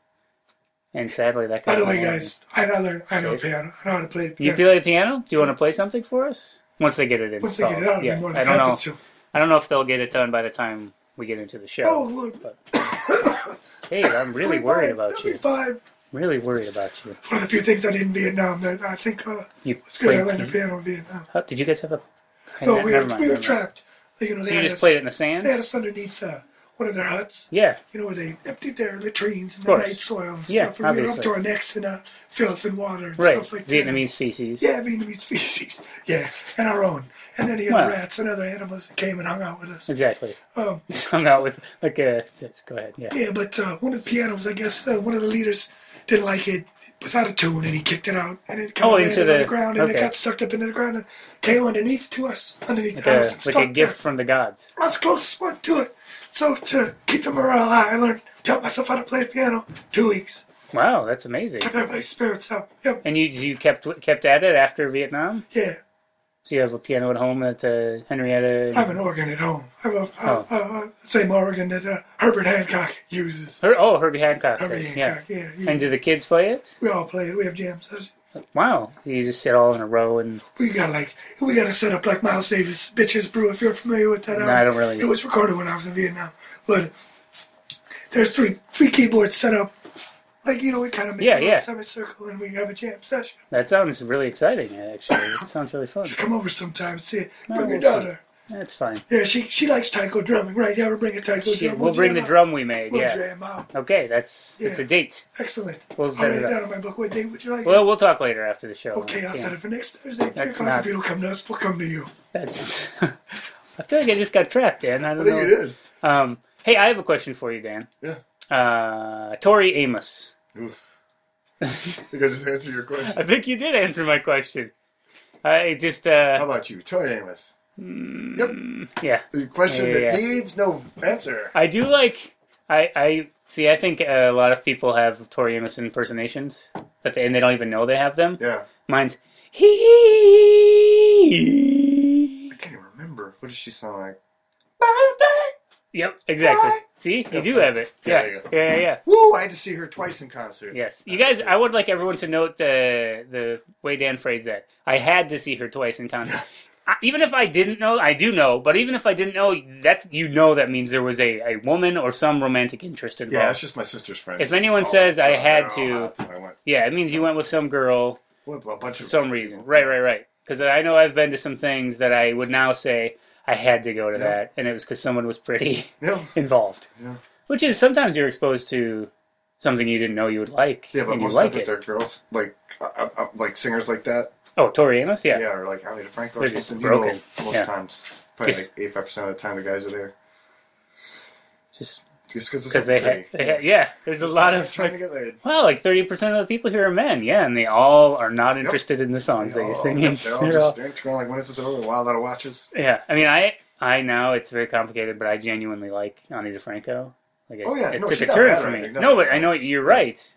S1: And sadly, that.
S2: by
S1: guy
S2: the way,
S1: didn't.
S2: guys, I know I learned. I know
S1: Dave.
S2: piano. I know how to play
S1: You
S2: piano.
S1: play the piano? Do you want to play something for us? Once they get it installed.
S2: Once they get it out, I'll be
S1: yeah.
S2: more
S1: I
S2: than
S1: don't know.
S2: happy to.
S1: I don't know if they'll get it done by the time we get into the show.
S2: Oh, look.
S1: hey, I'm really
S2: That'll be
S1: worried
S2: fine.
S1: about
S2: That'll
S1: you.
S2: be fine.
S1: Really worried about you.
S2: One of the few things I did in Vietnam that I think uh,
S1: You
S2: was good. I
S1: played
S2: learned the
S1: piano?
S2: piano in Vietnam.
S1: How- did you guys have a? I-
S2: No,
S1: ne-
S2: we
S1: never
S2: were,
S1: mind,
S2: we
S1: never
S2: were
S1: mind.
S2: trapped. You know, they
S1: So you
S2: had
S1: just
S2: us,
S1: played it in the
S2: They had
S1: sand?
S2: us underneath uh, one of their huts.
S1: Yeah.
S2: You know, where they emptied their latrines and the
S1: course.
S2: night soil and
S1: Yeah,
S2: stuff. And we were up
S1: obviously.
S2: to our necks in uh, filth and water and
S1: Right.
S2: stuff like that.
S1: Vietnamese feces.
S2: Yeah, Vietnamese <laughs> species. Yeah, and our own, and any other
S1: Wow.
S2: rats and other animals that came and hung out
S1: <laughs>
S2: with us.
S1: Exactly.
S2: Um,
S1: Hung out with like a. Go ahead. Yeah.
S2: yeah, but uh, one of the pianos, I guess, uh, one of the leaders didn't like it. It was out of tune, and he kicked it out, and it kind
S1: Oh,
S2: of
S1: into
S2: landed on
S1: the-
S2: the ground, and
S1: okay.
S2: it got sucked up into the ground and came underneath to us, underneath
S1: Like
S2: the house,
S1: a,
S2: and
S1: like a
S2: stuck
S1: gift
S2: there.
S1: from the gods.
S2: That's the closest one to it. So to keep the morale high, I learned taught myself how to play piano. Two weeks,
S1: Wow, that's amazing.
S2: kept everybody's spirits up. Yep,
S1: And you you kept kept at it after Vietnam.
S2: yeah.
S1: So you have a piano at home at uh, Henrietta.
S2: I have an organ at home. I have a,
S1: Oh.
S2: a, a, a same organ that uh, Herbert Hancock uses.
S1: Her, oh, Herbie Hancock.
S2: Herbie
S1: did,
S2: Hancock,
S1: yeah.
S2: yeah. you-
S1: And do the kids play it?
S2: we all play it. We have jam sessions.
S1: Wow. You just sit all in a row and
S2: We got like we got a setup like Miles Davis, Bitches Brew. If you're familiar with that,
S1: No,
S2: album.
S1: I don't really-
S2: um, It was recorded when I was in Vietnam, but there's three three keyboards set up. Like you know, we kind of make
S1: Yeah,
S2: a little
S1: yeah.
S2: semicircle and we have a jam session.
S1: that sounds really exciting. Actually, it sounds really fun.
S2: You come over sometime, see it.
S1: No,
S2: Bring your
S1: we'll see.
S2: daughter.
S1: That's fine.
S2: Yeah, she she likes taiko drumming, right? Yeah, we'll bring a taiko
S1: Shit,
S2: drum.
S1: we'll bring the
S2: jam out.
S1: drum we made.
S2: We'll
S1: Yeah.
S2: jam out.
S1: Okay, that's it's a
S2: Yeah.
S1: date.
S2: Excellent.
S1: We'll
S2: I'll
S1: set
S2: write
S1: it
S2: it
S1: up.
S2: down on my book. What day would you like?
S1: Well, we'll talk later after the show.
S2: okay, I'll
S1: Yeah.
S2: set it for next Thursday. Three
S1: That's
S2: o'clock.
S1: not-
S2: If you don't come to us, we'll come to you.
S1: That's. <laughs> I feel like I just got trapped, Dan. I don't know.
S2: did.
S1: Um, hey, I have a question for you, Dan.
S2: Yeah.
S1: Uh, Tori Amos.
S2: think I just answered your
S4: <laughs>
S2: question.
S1: I think you did answer my question. I just
S2: How
S1: uh, mm,
S2: about you, Tori Amos?
S1: yeah.
S2: The question
S1: Yeah,
S2: that
S1: yeah.
S2: needs no answer.
S1: I do like I I see. I think a lot of people have Tori Amos impersonations, but they, and they don't even know they have them.
S2: Yeah,
S1: Mine's he.
S2: I can't even remember. What does she sound like?
S1: Yep, exactly. See, you do have it. Yeah,
S2: There you
S1: yeah,
S2: go.
S1: yeah, yeah.
S2: Woo! I had to see her twice in concert.
S1: Yes, you guys. I would like everyone to note the the way Dan phrased that. I had to see her twice in
S2: <laughs>
S1: concert. I, even if I didn't know, I do know. But even if I didn't know, that's you know that means there was a, a woman or some romantic interest involved.
S2: Yeah, it's just my sister's friend. Oh,
S1: If anyone says I had to-
S2: I went
S1: Yeah, it means you went with some girl
S2: with a bunch
S1: for
S2: of
S1: some reason. Right, right, right. Because I know I've been to some things that I would now say I had to go to
S2: Yeah.
S1: that, and it was because someone was pretty <laughs>
S2: Yeah,
S1: involved.
S2: Yeah.
S1: Which is sometimes you're exposed to something you didn't know you would like,
S2: yeah, but
S1: and you
S2: most
S1: like
S2: of it,
S1: it.
S2: they're girls, like uh, uh, like singers like that.
S1: Oh, Tori Amos, yeah.
S2: Yeah, or like Aretha Franklin.
S1: They're
S2: or
S1: just
S2: something. You know,
S1: broken.
S2: most
S1: Yeah.
S2: times, probably
S1: Just-
S2: like eighty-five percent of the time, the guys are there
S1: Just
S2: just because
S1: because they, ha- they ha- yeah. There's a lot of
S2: trying to get laid.
S1: wow, like thirty percent of the people here are men, yeah, and they all are not interested in the songs that
S2: They
S1: you're
S2: all-
S1: singing.
S2: Oh, They're all
S1: They're all-
S2: just staring, going like, when is this over? Wild Out of Watches.
S1: Yeah, I mean, I I know it's very complicated, but I genuinely like Ani DeFranco. Like, it,
S2: Oh, yeah.
S1: it
S2: No,
S1: took a
S2: she's not
S1: turn
S2: bad or
S1: for me.
S2: anything, no.
S1: No, but I know you're right.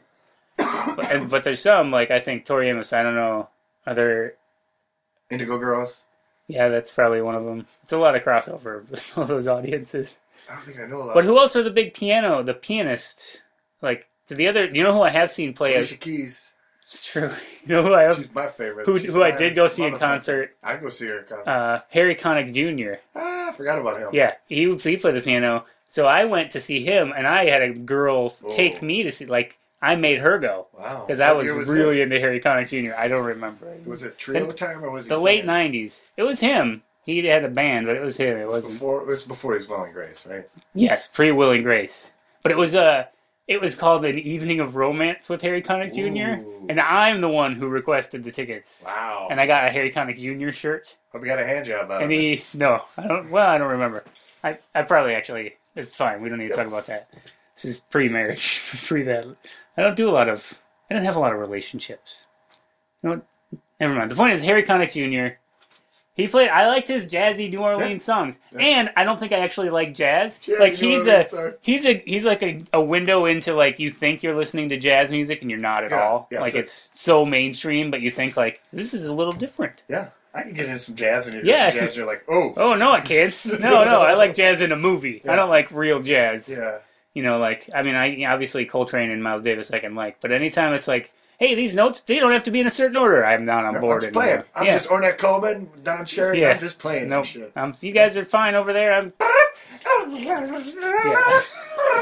S1: but, and- but there's some like I think Tori Amos. I don't know. Are there?
S2: Indigo Girls.
S1: Yeah, that's probably one of them. It's a lot of crossover with <laughs> all those audiences.
S2: I don't think I know a lot.
S1: But who else are the big piano, the pianist? Like to the other, you know who I have seen play as? <laughs>
S2: <laughs> Alicia Keys.
S1: It's true. You know who I have,
S2: She's my favorite.
S1: who
S2: She's
S1: who I
S2: fine
S1: did
S2: as
S1: go
S2: a
S1: see in
S2: motherfucker.
S1: concert?
S2: I go see her in concert.
S1: Uh, Harry Connick Jr.
S2: ah, I forgot about him.
S1: Yeah, he would- he played the piano. So I went to see him, and I had a girl take
S2: Whoa.
S1: me to see. Like I made her go
S2: Wow.
S1: because I
S2: Oh. What
S1: was
S2: year
S1: really
S2: this?
S1: into Harry Connick Jr. I don't remember.
S2: Was it trio time or was he
S1: the late
S2: night?
S1: '90s? It was him. He had a band, but it was him. It wasn't.
S2: Before, it was before his Will and Grace, right?
S1: Yes, pre Will and Grace. But it was Uh, it was called an evening of romance with Harry Connick Jr.
S2: Ooh.
S1: And I'm the one who requested the tickets.
S2: Wow.
S1: And I got a Harry Connick Jr. shirt.
S2: Hope you got a hand job uh, out
S1: And
S2: of <laughs> it.
S1: he no, I don't. Well, I don't remember. I I probably actually. It's fine. We don't need to talk about that. This is pre-marriage, <laughs> pre that. I don't do a lot of. I don't have a lot of relationships. You know, what? never mind. The point is Harry Connick Jr. He played. I liked his jazzy New Orleans songs,
S2: Yeah.
S1: and I don't think I actually like jazz.
S2: Jazzy
S1: like
S2: New
S1: he's a
S2: Orleans, sorry.
S1: he's a he's like a, a window into like you think you're listening to jazz music and you're not at
S2: Yeah,
S1: all.
S2: yeah,
S1: like
S2: so-
S1: it's so mainstream, but you think like this is a little different.
S2: Yeah. I can get into some jazz and you're
S1: Yeah.
S2: some jazz and you're like, oh.
S1: <laughs> Oh no, I
S2: <laughs>
S1: can't. No, no, I like jazz in a movie. I
S2: Yeah.
S1: don't like real jazz.
S2: Yeah.
S1: You know, like I mean, I obviously Coltrane and Miles Davis I can like, but anytime it's like, hey, these notes they don't have to be in a certain order. I'm not on
S2: I'm
S1: board.
S2: just playing.
S1: anymore.
S2: I'm
S1: yeah.
S2: just Ornette Coleman, Don Sherry.
S1: Yeah.
S2: I'm just playing
S1: Nope. <laughs>
S2: some shit. <laughs>
S1: Um, you guys are fine over there. I'm. <laughs>
S2: <laughs>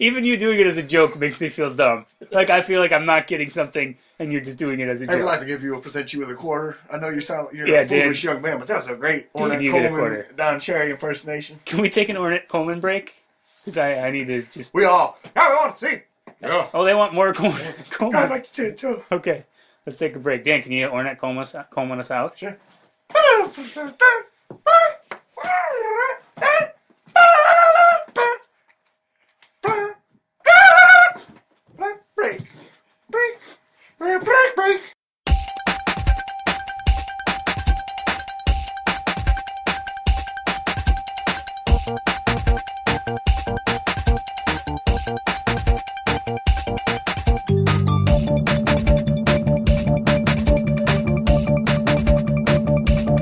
S1: Even you doing it as a joke makes me feel dumb. Like I feel like I'm not getting something, and you're just doing it as a
S2: I would
S1: joke.
S2: like to give you a present you with a quarter. I know you sound you're
S1: Yeah,
S2: a foolish
S1: Dan.
S2: young man, but that was a great
S1: Dan,
S2: Ornette
S1: you get a
S2: Coleman,
S1: quarter.
S2: Don Cherry impersonation.
S1: Can we take an Ornette Coleman break? Because I, I need to just.
S2: We all now we want to see. Yeah,
S1: Oh, they want more Col-
S2: I'd
S1: Coleman. <laughs>
S2: like to see it too.
S1: Okay, let's take a break. Dan, can you Ornette Coleman us- Coleman us out?
S2: Sure. Break. Break. Break, break, break.
S5: Hey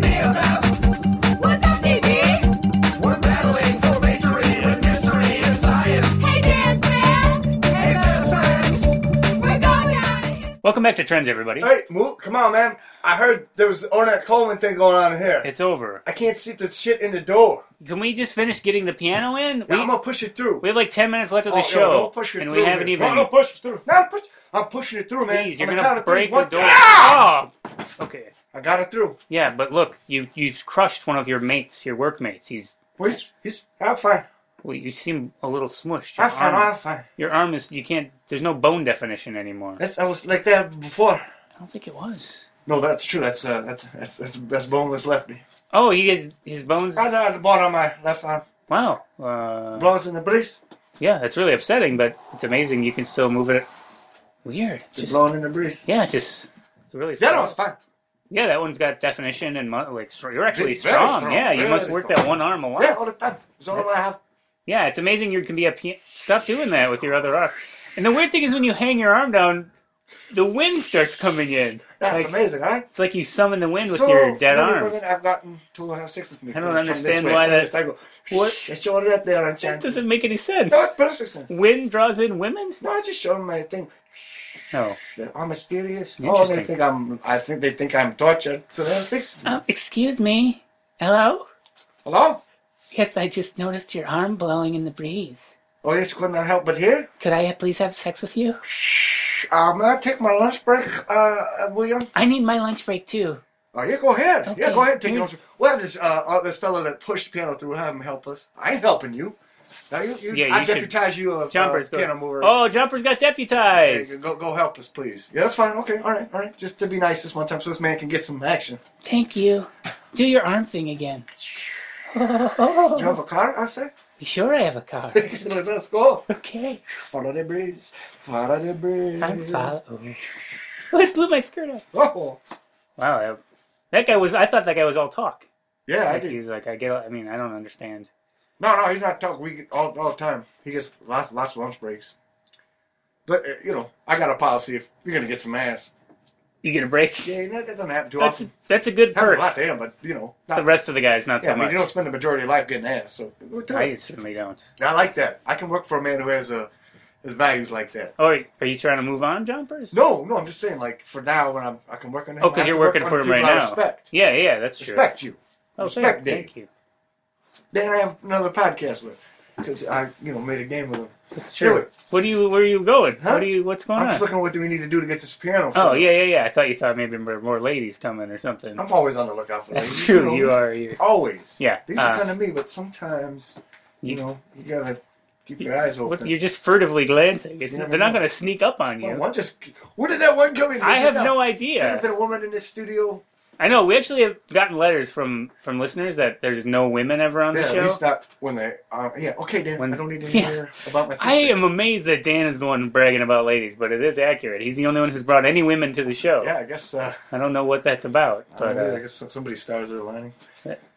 S5: BFF,
S6: What's up, TV?
S5: we're battling for victory with history and science.
S6: Hey, dance man.
S5: Hey best friends,
S6: We're going out of here.
S1: Welcome back to Trends, everybody.
S2: Hey, Moot, come on, man. I heard there was an Ornette Coleman thing going on in here.
S1: It's over.
S2: I can't see the shit in the door.
S1: Can we just finish getting the piano in?
S2: Now,
S1: we,
S2: I'm gonna push it through.
S1: we have like 10 minutes left of the
S2: Oh,
S1: show.
S2: No, don't push it
S1: and
S2: through.
S1: we haven't
S2: man.
S1: even.
S2: No, no, push it through. No, push. I'm pushing it through, man.
S1: please, you're
S2: On the
S1: going
S2: count
S1: to
S2: of three,
S1: break the
S2: one,
S1: door.
S2: two- Ah!
S1: Oh! Okay.
S2: I got it through.
S1: Yeah, but look, you you crushed one of your mates, your workmates. He's.
S2: Well, he's, he's, I'm fine.
S1: Well, you seem a little smushed. Your
S2: I'm fine.
S1: arm,
S2: I'm fine.
S1: your arm is. You can't. There's no bone definition anymore.
S2: That's, I was like that before.
S1: I don't think it was.
S2: No, that's true. That's uh, that's that's that's, that's boneless lefty.
S1: Oh, he is. His bones.
S2: I got the bone on my left arm.
S1: Wow. Uh,
S2: Blows in the breeze.
S1: yeah, it's really upsetting, but it's amazing you can still move it. Weird.
S2: It's
S1: Just,
S2: blowing in the breeze.
S1: yeah, just. Really
S2: Yeah, no, it's fine.
S1: Yeah, that one's got definition and mu- like str- you're actually
S2: It's very
S1: strong.
S2: strong,
S1: Yeah, you
S2: very
S1: must work
S2: strong.
S1: that one arm a lot.
S2: Yeah,
S1: Yeah,
S2: all the time. It's all I have.
S1: it's amazing you can be a pian- stop doing that with your other arm. And the weird thing is when you hang your arm down, the wind starts coming in.
S2: That's
S1: like,
S2: amazing, all right?
S1: It's like you summon the wind with
S2: So
S1: your dead
S2: many
S1: arm.
S2: women I've gotten to have sex with me.
S1: I don't
S2: from- from this
S1: understand
S2: way,
S1: why
S2: from
S1: that-
S2: This. I go,
S1: What?
S2: what? I showed her that there and
S1: That
S2: changed.
S1: doesn't make any sense.
S2: No, it perfect sense.
S1: Wind draws in women?
S2: No, I just showed them my thing.
S1: No.
S2: that I'm mysterious. Oh,
S1: Interesting.
S2: they think I'm. I think they think I'm tortured. So they have sex with me.
S1: Um, excuse me. Hello?
S2: Hello?
S1: Yes, I just noticed your arm blowing in the breeze.
S2: Oh, yes, couldn't I help but here.
S1: Could I please have sex with you?
S2: Um, I take my lunch break, uh, William.
S1: I need my lunch break too.
S2: Oh, yeah, go ahead. Yeah,
S1: Okay.
S2: go ahead. Take
S1: You-
S2: your lunch. We'll have this, uh, uh, this fellow that pushed the piano through. Have him help us. I ain't helping you. Now you, you,
S1: Yeah, you
S2: I
S1: should-
S2: deputize you a uh,
S1: Jumper's
S2: piano
S1: got.
S2: mover.
S1: Oh, Jumper's got deputized.
S2: Hey, go, go help us, please. Yeah, that's fine. Okay, all right, all right. Just to be nice this one time, so this man can get some action.
S1: Thank you. Do your arm thing <laughs> again.
S2: Do you have a car? I say. <laughs>
S1: You sure I have a <laughs> car?
S2: He's like, Let's go.
S1: Okay. <laughs>
S2: Follow the breeze. Follow the breeze.
S1: I'm following. I just blew my skirt up.
S2: Oh,
S1: Wow, that, that guy was. I thought that guy was all talk.
S2: yeah, I
S1: Like, he
S2: did.
S1: was like, I get. I mean, I don't understand.
S2: No, no, he's not talking. We get all all the time. He gets lots lots of lunch breaks. But uh, you know, I got a policy. If you're gonna get some ass,
S1: You get a break.
S2: yeah, that, that doesn't happen too
S1: That's
S2: often.
S1: that's a good
S2: Happens a
S1: perk.
S2: lot to him, but you know, not,
S1: The rest of the guys, not so
S2: yeah, I mean, you
S1: much.
S2: don't spend the majority of your life getting ass. So do
S1: I
S2: it.
S1: certainly don't.
S2: I like that. I can work for a man who has a his values like that.
S1: Oh, are- are you trying to move on, jumpers?
S2: No, no, I'm just saying. Like for now, when I'm, I can work on him.
S1: Oh,
S2: I
S1: because
S2: have
S1: you're
S2: to work
S1: working for him
S2: people
S1: right
S2: I
S1: now.
S2: Respect,
S1: Yeah, yeah, that's true.
S2: respect you.
S1: oh, thank-
S2: respect, Dave.
S1: thank you.
S2: Then I have another podcast with because I, you know, made a game with him.
S1: That's true.
S2: Anyway.
S1: What do you? Where are you going?
S2: Huh?
S1: What do you? What's going
S2: I'm
S1: on?
S2: just looking at what do we need to do to get this piano.
S1: Oh
S2: filled.
S1: yeah, yeah, yeah. I thought you thought maybe there were more ladies coming or something.
S2: I'm always on the lookout
S1: <laughs>
S2: for
S1: That's
S2: ladies,
S1: true.
S2: know,
S1: You are. You
S2: always.
S1: yeah.
S2: These
S1: uh,
S2: are kind of me, but sometimes you
S1: you-
S2: know you gotta keep your eyes open.
S1: what, you're just furtively glancing. It's,
S2: You
S1: they're
S2: never
S1: not
S2: know.
S1: going to sneak up on
S2: Well,
S1: you.
S2: one just. Where did that one come in?
S1: I have
S2: Now,
S1: no
S2: Hasn't
S1: idea.
S2: been a woman in this studio.
S1: I know. We actually have gotten letters from from listeners that there's no women ever on
S2: Yeah,
S1: the
S2: at
S1: show.
S2: least not when they. Um, yeah, okay, Dan.
S1: When-
S2: I don't need
S1: <laughs>
S2: to
S1: Yeah.
S2: hear about my sister.
S1: I am amazed that Dan is the one bragging about ladies, but it is accurate. He's the only one who's brought any women to the show.
S2: Yeah, I guess. Uh,
S1: I don't know what that's about,
S2: I,
S1: but
S2: don't know, I
S1: uh,
S2: guess somebody stars are aligning.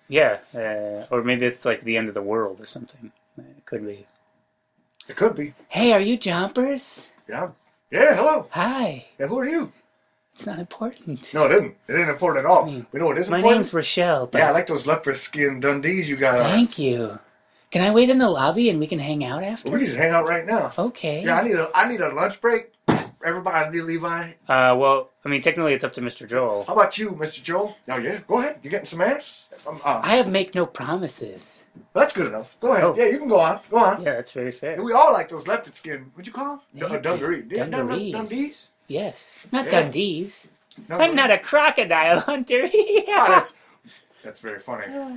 S1: yeah, uh, or maybe it's like the end of the world or something. It could be.
S2: It could be.
S1: Hey, are you jumpers?
S2: Yeah. Yeah. Hello.
S1: Hi.
S2: Yeah. Who are you?
S1: It's not important.
S2: No, it isn't. It isn't important at all.
S1: Hmm.
S2: We know what is
S1: My
S2: important.
S1: name's Rochelle. But
S2: yeah, uh, I like those leopard skin Dundees you got on.
S1: Thank you. Can I wait in the lobby and we can hang out after?
S2: Well, we can just hang out right now.
S1: Okay.
S2: Yeah, I need a I need a lunch break. Everybody, I need Levi.
S1: Uh, well, I mean, technically it's up to Mr. Joel.
S2: How about you, Mr. Joel? Oh yeah, go ahead. You getting some ass? Um, uh,
S1: I have make no promises.
S2: that's good enough. Go ahead.
S1: Oh.
S2: Yeah, you can go on. Go on.
S1: Yeah, that's very fair.
S2: We all like those leopard skin. What'd you call them?
S1: Thank
S2: Uh,
S1: you.
S2: dungarees. Yeah, dun- dun-
S1: Dungarees.
S2: Dundees.
S1: Yes. Not
S2: Yeah.
S1: Dundee's.
S2: Dungarees.
S1: I'm not a crocodile hunter. <laughs>
S2: Oh, that's, that's very funny.
S1: Ah,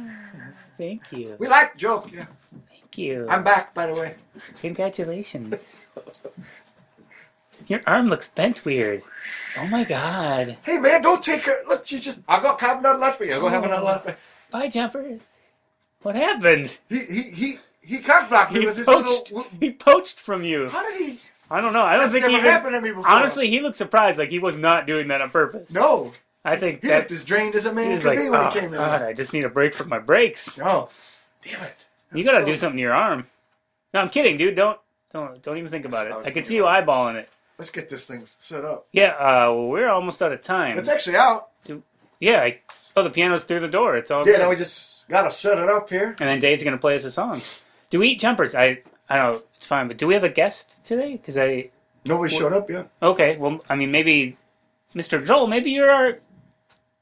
S1: Thank you.
S2: We like the joke. Yeah.
S1: Thank you.
S2: I'm back, by the way.
S1: Congratulations.
S2: <laughs>
S1: Your arm looks bent weird. Oh my god.
S2: Hey, man, don't take her. Look, she just. I got have another lunch break. I go have another lunch break.
S1: Bye, jumpers. What happened?
S2: He he he he cockblocked me
S1: He
S2: with his
S1: poached.
S2: little.
S1: He poached from you.
S2: How did he?
S1: I don't know. I don't
S2: That's
S1: think
S2: never
S1: he even,
S2: happened to me before.
S1: honestly he looked surprised, like he was not doing that on purpose.
S2: no.
S1: I think
S2: He
S1: that
S2: looked as drained as a
S1: he
S2: man
S1: was
S2: could
S1: like,
S2: be when
S1: oh,
S2: he came in.
S1: God, I just need a break from my breaks.
S2: Oh, damn it.
S1: You gotta do
S2: gross.
S1: something to your arm. No, I'm kidding, dude. Don't don't don't even think about it.
S2: I was
S1: I can
S2: thinking
S1: see you
S2: about
S1: eyeballing it.
S2: Let's get this thing set up.
S1: Yeah, uh, well, we're almost out of time.
S2: It's actually out.
S1: yeah, I, oh, the piano's through the door. It's all
S2: Yeah,
S1: good.
S2: now we just gotta set it up here.
S1: and then Dave's gonna play us a song. Do we eat jumpers? I I don't know. It's fine, but do we have a guest today? Because I
S2: Nobody
S1: Well-
S2: showed up yet.
S1: okay. Well, I mean, maybe Mr. Joel. Maybe you're our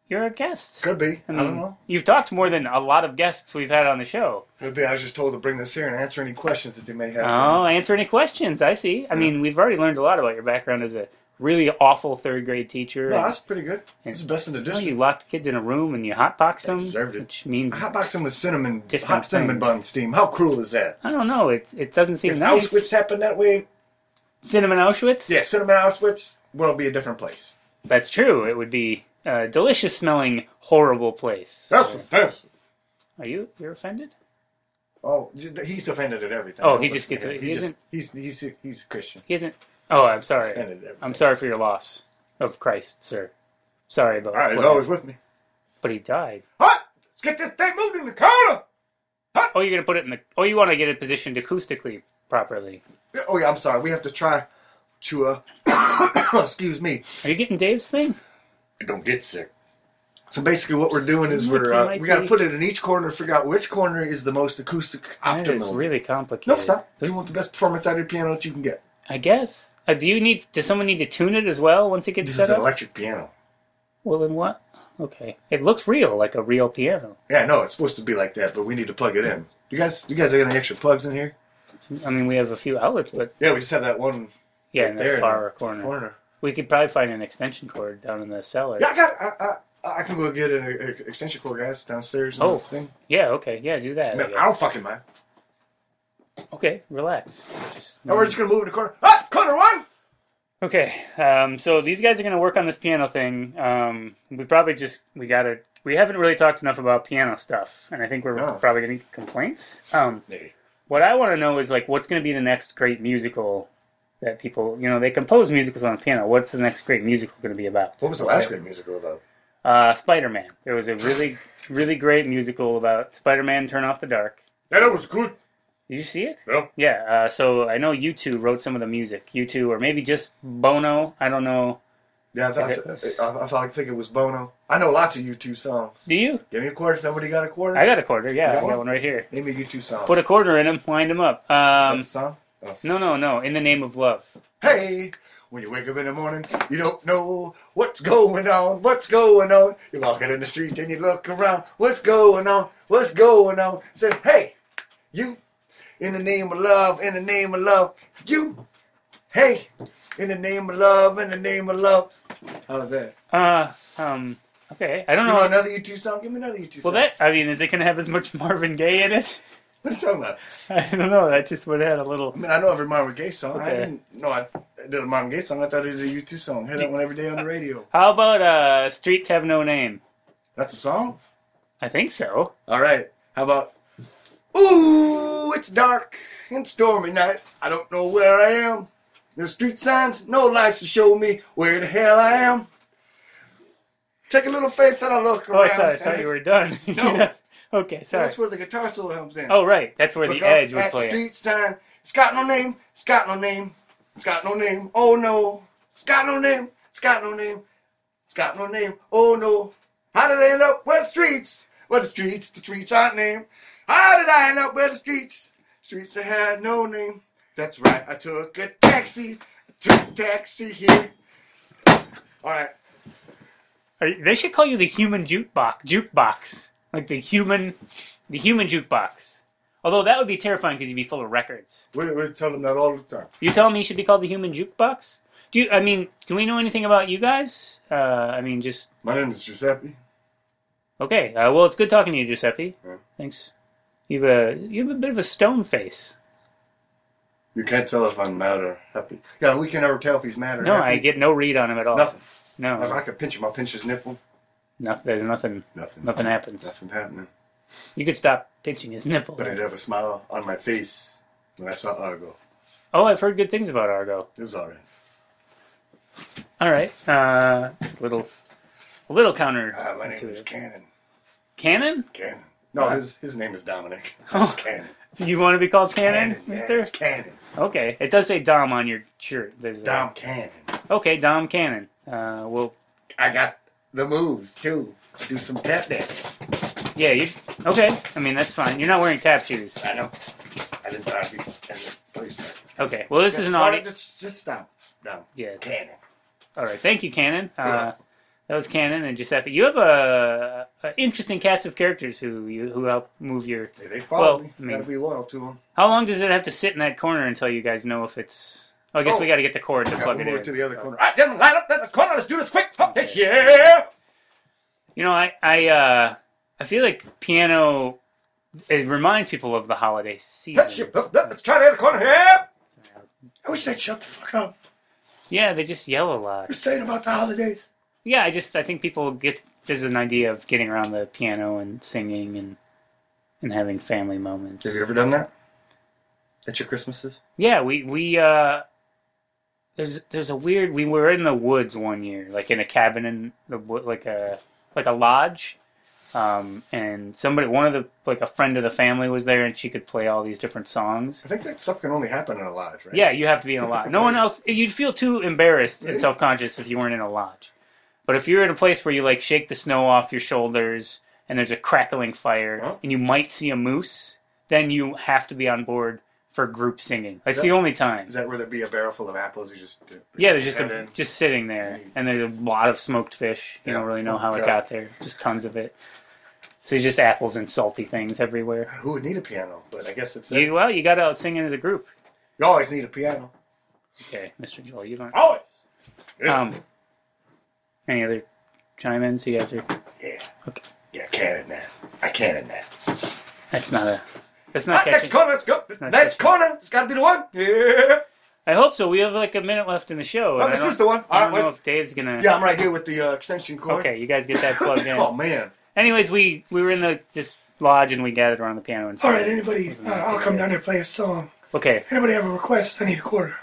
S1: you're our guest.
S2: Could be. I don't know.
S1: You've talked more than a lot of guests we've had on the show.
S2: Could be. I was just told to bring this here and answer any questions that they may have.
S1: Oh, answer any questions. I see. I mean, we've already learned a lot about your background as a really awful third grade teacher.
S2: no, that's pretty good.
S1: And-
S2: It's the best in the
S1: You know,
S2: district.
S1: you locked kids in a room and you hotboxed them,
S2: deserved it.
S1: which means
S2: Hot box them with cinnamon,
S1: Different
S2: hot
S1: things.
S2: cinnamon bun steam. How cruel is that?
S1: I don't know. It it doesn't seem
S2: If
S1: nice.
S2: Auschwitz happened that way,
S1: Cinnamon Auschwitz.
S2: yeah, cinnamon Auschwitz would be a different place.
S1: that's true. It would be a delicious smelling, horrible place.
S2: That's that's.
S1: Are you you're offended?
S2: Oh, j- he's offended at everything.
S1: Oh,
S2: Don't
S1: he just
S2: listen to
S1: gets-
S2: him.
S1: he
S2: He just,
S1: isn't-
S2: he's he's he's a Christian.
S1: He isn't. Oh, I'm
S2: He's
S1: sorry.
S2: offended at everything.
S1: I'm sorry for your loss of Christ, sir. Sorry about.
S2: All right, he's
S1: what
S2: always
S1: happened.
S2: with me.
S1: But he died.
S2: Hot. Let's get this thing moved in the corner.
S1: Oh, you're gonna put it in the. Oh, you want to get it positioned acoustically properly.
S2: Oh yeah, I'm sorry. We have to try to uh, <coughs> excuse me.
S1: Are you getting Dave's thing?
S2: Don't get sick. So basically, what we're doing is we're
S1: Mikey,
S2: uh, we got to
S1: Mikey.
S2: put it in each corner, figure out which corner is the most acoustic
S1: That is
S2: optimal.
S1: really complicated.
S2: no, stop. You want the best performance out of your piano that you can get.
S1: I guess. Uh, do you need? Does someone need to tune it as well once it gets
S2: This
S1: set
S2: is an
S1: up?
S2: electric piano.
S1: well, then what? Okay, it looks real, like a real piano.
S2: Yeah, no, it's supposed to be like that, but we need to plug it in. You guys, you guys got any extra plugs in here?
S1: I mean, we have a few outlets, but
S2: Yeah, we just have that one
S1: yeah,
S2: Right
S1: in the
S2: there in
S1: far corner.
S2: corner.
S1: we could probably find an extension cord down in the cellar.
S2: Yeah, I got. I, I, I can go get an uh, extension cord, guys, downstairs. And
S1: Oh.
S2: thing.
S1: Yeah, okay, yeah, do that. I
S2: Man,
S1: guess.
S2: I don't fucking mind.
S1: Okay, relax. Just-
S2: Now we're just gonna move in the corner. Ah, corner one.
S1: Okay, um, so these guys are going to work on this piano thing. Um, we probably just we got to. We haven't really talked enough about piano stuff, and I think we're
S2: No.
S1: probably going to get complaints. Um,
S2: Maybe.
S1: what I want to know is like, what's going to be the next great musical that people, you know, they compose musicals on the piano. What's the next great musical going to be about?
S2: What was the last great musical about?
S1: Uh, Spider Man. There was a really, really great musical about Spider Man Turn Off the Dark.
S2: That was good.
S1: Did you see it?
S2: No.
S1: Yeah. Uh, so I know you two wrote some of the music. You two, or maybe just Bono. I don't know.
S2: Yeah, I thought, I, th- I, thought- I think it was Bono. I know lots of U2 songs.
S1: Do you?
S2: Give me a quarter. Somebody got a quarter?
S1: I got a quarter. Yeah,
S2: You got
S1: I got
S2: one?
S1: one right here.
S2: Name a U2 song.
S1: Put a quarter in him. Wind him up.
S2: Is that
S1: Um,
S2: the song? Oh.
S1: no, no, no. In the name of love.
S2: Hey, when you wake up in the morning, you don't know what's going on. What's going on? You're walking in the street and you look around. What's going on? What's going on? Say, hey, you, in the name of love, in the name of love, you, hey, in the name of love, in the name of love. How's that?
S1: Uh, um. Okay. I don't
S2: You want
S1: know.
S2: another U2 song? Give me another U2
S1: Well,
S2: song.
S1: that I mean, is it going to have as much <laughs> Marvin Gaye in it? <laughs>
S2: What are you talking about?
S1: I don't know. That just would have had a little.
S2: I mean, I know every Marvin Gaye song. I
S1: Okay.
S2: didn't know I I did a Marvin Gaye song. I thought it was a U2 song. I hear that one every day on the radio.
S1: How about uh, streets have no name?
S2: That's a song?
S1: I think so.
S2: All right. How about? Ooh, it's dark and stormy night. I don't know where I am. There's street signs, no lights to show me where the hell I am. Take a little faith and I look
S1: Oh,
S2: around.
S1: I thought, I thought you were done. <laughs>
S2: No.
S1: okay, sorry.
S2: That's where the guitar solo comes in.
S1: Oh, right. That's where
S2: Look
S1: the
S2: up
S1: edge was
S2: at
S1: playing.
S2: Street sign. It's got no name. It's got no name. It's got no name. Oh no. It's got no name. It's got no name. It's got no name. Oh no. How did I end up where the streets? Where the streets? The streets aren't named. How did I end up where the streets? Streets that had no name. That's right. I took a taxi. I took a taxi here. All right.
S1: Are you- they should call you the human jukebox. Jukebox, like the human, the human jukebox. Although that would be terrifying because you'd be full of records.
S2: We, we tell them that all the time.
S1: You telling me you should be called the human jukebox? Do you, I mean? Can we know anything about you guys? Uh, I mean, just
S2: My name is Giuseppe.
S1: okay. Uh, well, it's good talking to you, Giuseppe.
S2: Yeah.
S1: Thanks. You've a you have a bit of a stone face.
S2: You can't tell if I'm mad or happy. Yeah, we can never tell if he's mad or
S1: No, I
S2: happy.
S1: get no read on him at all.
S2: nothing.
S1: No,
S2: If I could pinch him, I'll pinch his nipple.
S1: no, there's nothing.
S2: Nothing.
S1: Nothing happens.
S2: Nothing happening.
S1: You could stop pinching his nipple.
S2: But I'd have a smile on my face when I saw Argo.
S1: Oh, I've heard good things about Argo.
S2: It was alright.
S1: All right. Uh, it's a little, a little counter.
S2: Uh, my name
S1: to
S2: is
S1: it.
S2: Cannon.
S1: Cannon.
S2: Cannon. Uh, No, his his name is Dominic.
S1: <laughs>
S2: It's Cannon.
S1: You want to be called Cannon,
S2: Cannon, yeah,
S1: Mister?
S2: it's Cannon.
S1: Okay. It does say Dom on your shirt. There's a-
S2: Dom Cannon.
S1: Okay, Dom Cannon. Uh, well,
S2: I got the moves too. I do some tap dance.
S1: yeah. You okay? I mean, that's fine. You're not wearing tap shoes.
S2: I know. I didn't thought I'd be Please stop.
S1: Okay. Well, this is an
S2: All right,
S1: audience.
S2: Just just stop. Dom.
S1: Yeah.
S2: Cannon.
S1: All right. Thank you, Cannon. Uh,
S2: Yeah.
S1: that was Cannon and Giuseppe. You have a, a interesting cast of characters who you who help move your.
S2: Hey, they follow
S1: Well,
S2: me.
S1: I mean-
S2: Gotta be loyal to them.
S1: How long does it have to sit in that corner until you guys know if it's? Oh, I guess
S2: Oh.
S1: we got to get the cord to
S2: Yeah,
S1: plug
S2: we'll
S1: it
S2: move
S1: in.
S2: it to the other corner.
S1: Oh.
S2: All right, gentlemen, line up at the corner. Let's do this quick. Up this
S1: Okay.
S2: year.
S1: You know, I I uh, I feel like piano it reminds people of the holiday
S2: Let's
S1: season.
S2: ship up, up, Let's try the other corner here. I wish they'd shut the fuck up.
S1: Yeah, they just yell a lot.
S2: You're saying about the holidays.
S1: Yeah, I just I think people get there's an idea of getting around the piano and singing and and having family moments.
S2: Have you ever done that? At your Christmases?
S1: Yeah, we we uh there's there's a weird we were in the woods one year, like in a cabin in the wood, like a like a lodge. Um, and somebody, one of the like a friend of the family was there, and she could play all these different songs.
S2: I think that stuff can only happen in a lodge, right?
S1: Yeah, you have to be in a lodge. No
S2: <laughs>
S1: one else. You'd feel too embarrassed and
S2: Right.
S1: self conscious if you weren't in a lodge. But if you're in a place where you like shake the snow off your shoulders and there's a crackling fire
S2: Huh?
S1: and you might see a moose, then you have to be on board for group singing. That's
S2: that-
S1: the only time.
S2: Is that where there'd be a barrel full of apples? You just
S1: yeah, there's just
S2: head
S1: a,
S2: in?
S1: just sitting there and there's a lot of smoked fish. You
S2: Yeah.
S1: don't really know
S2: Oh,
S1: how it
S2: God.
S1: got there. Just tons of it. So it's just apples and salty things everywhere.
S2: who would need a piano? But I guess it's
S1: You,
S2: you,
S1: well, you got out singing as a group.
S2: you always need a piano.
S1: Okay, Mr. Joel, you don't.
S2: Always. Yeah.
S1: Um, any other chime ins? You guys are.
S2: yeah.
S1: Okay.
S2: Yeah, cannon now. I cannon now.
S1: That's not a. That's
S2: All
S1: not
S2: right, Ah, next
S1: catching.
S2: corner. Let's go.
S1: not
S2: Next corner. It's got to be the one. Yeah.
S1: I hope so. We have like a minute left in the show. and
S2: Oh,
S1: I
S2: this
S1: don't-
S2: is the one.
S1: I
S2: All right,
S1: don't know
S2: where's-
S1: if Dave's gonna.
S2: Yeah, I'm right here with the uh, extension cord.
S1: Okay, you guys get that plugged in.
S2: oh man.
S1: Anyways, we we were in the this lodge and we gathered around the piano and.
S4: All right, anybody,
S1: Wasn't
S4: uh,
S1: that
S4: I'll
S1: good?
S4: come down and play a song.
S1: Okay.
S4: Anybody have a request? I need a quarter.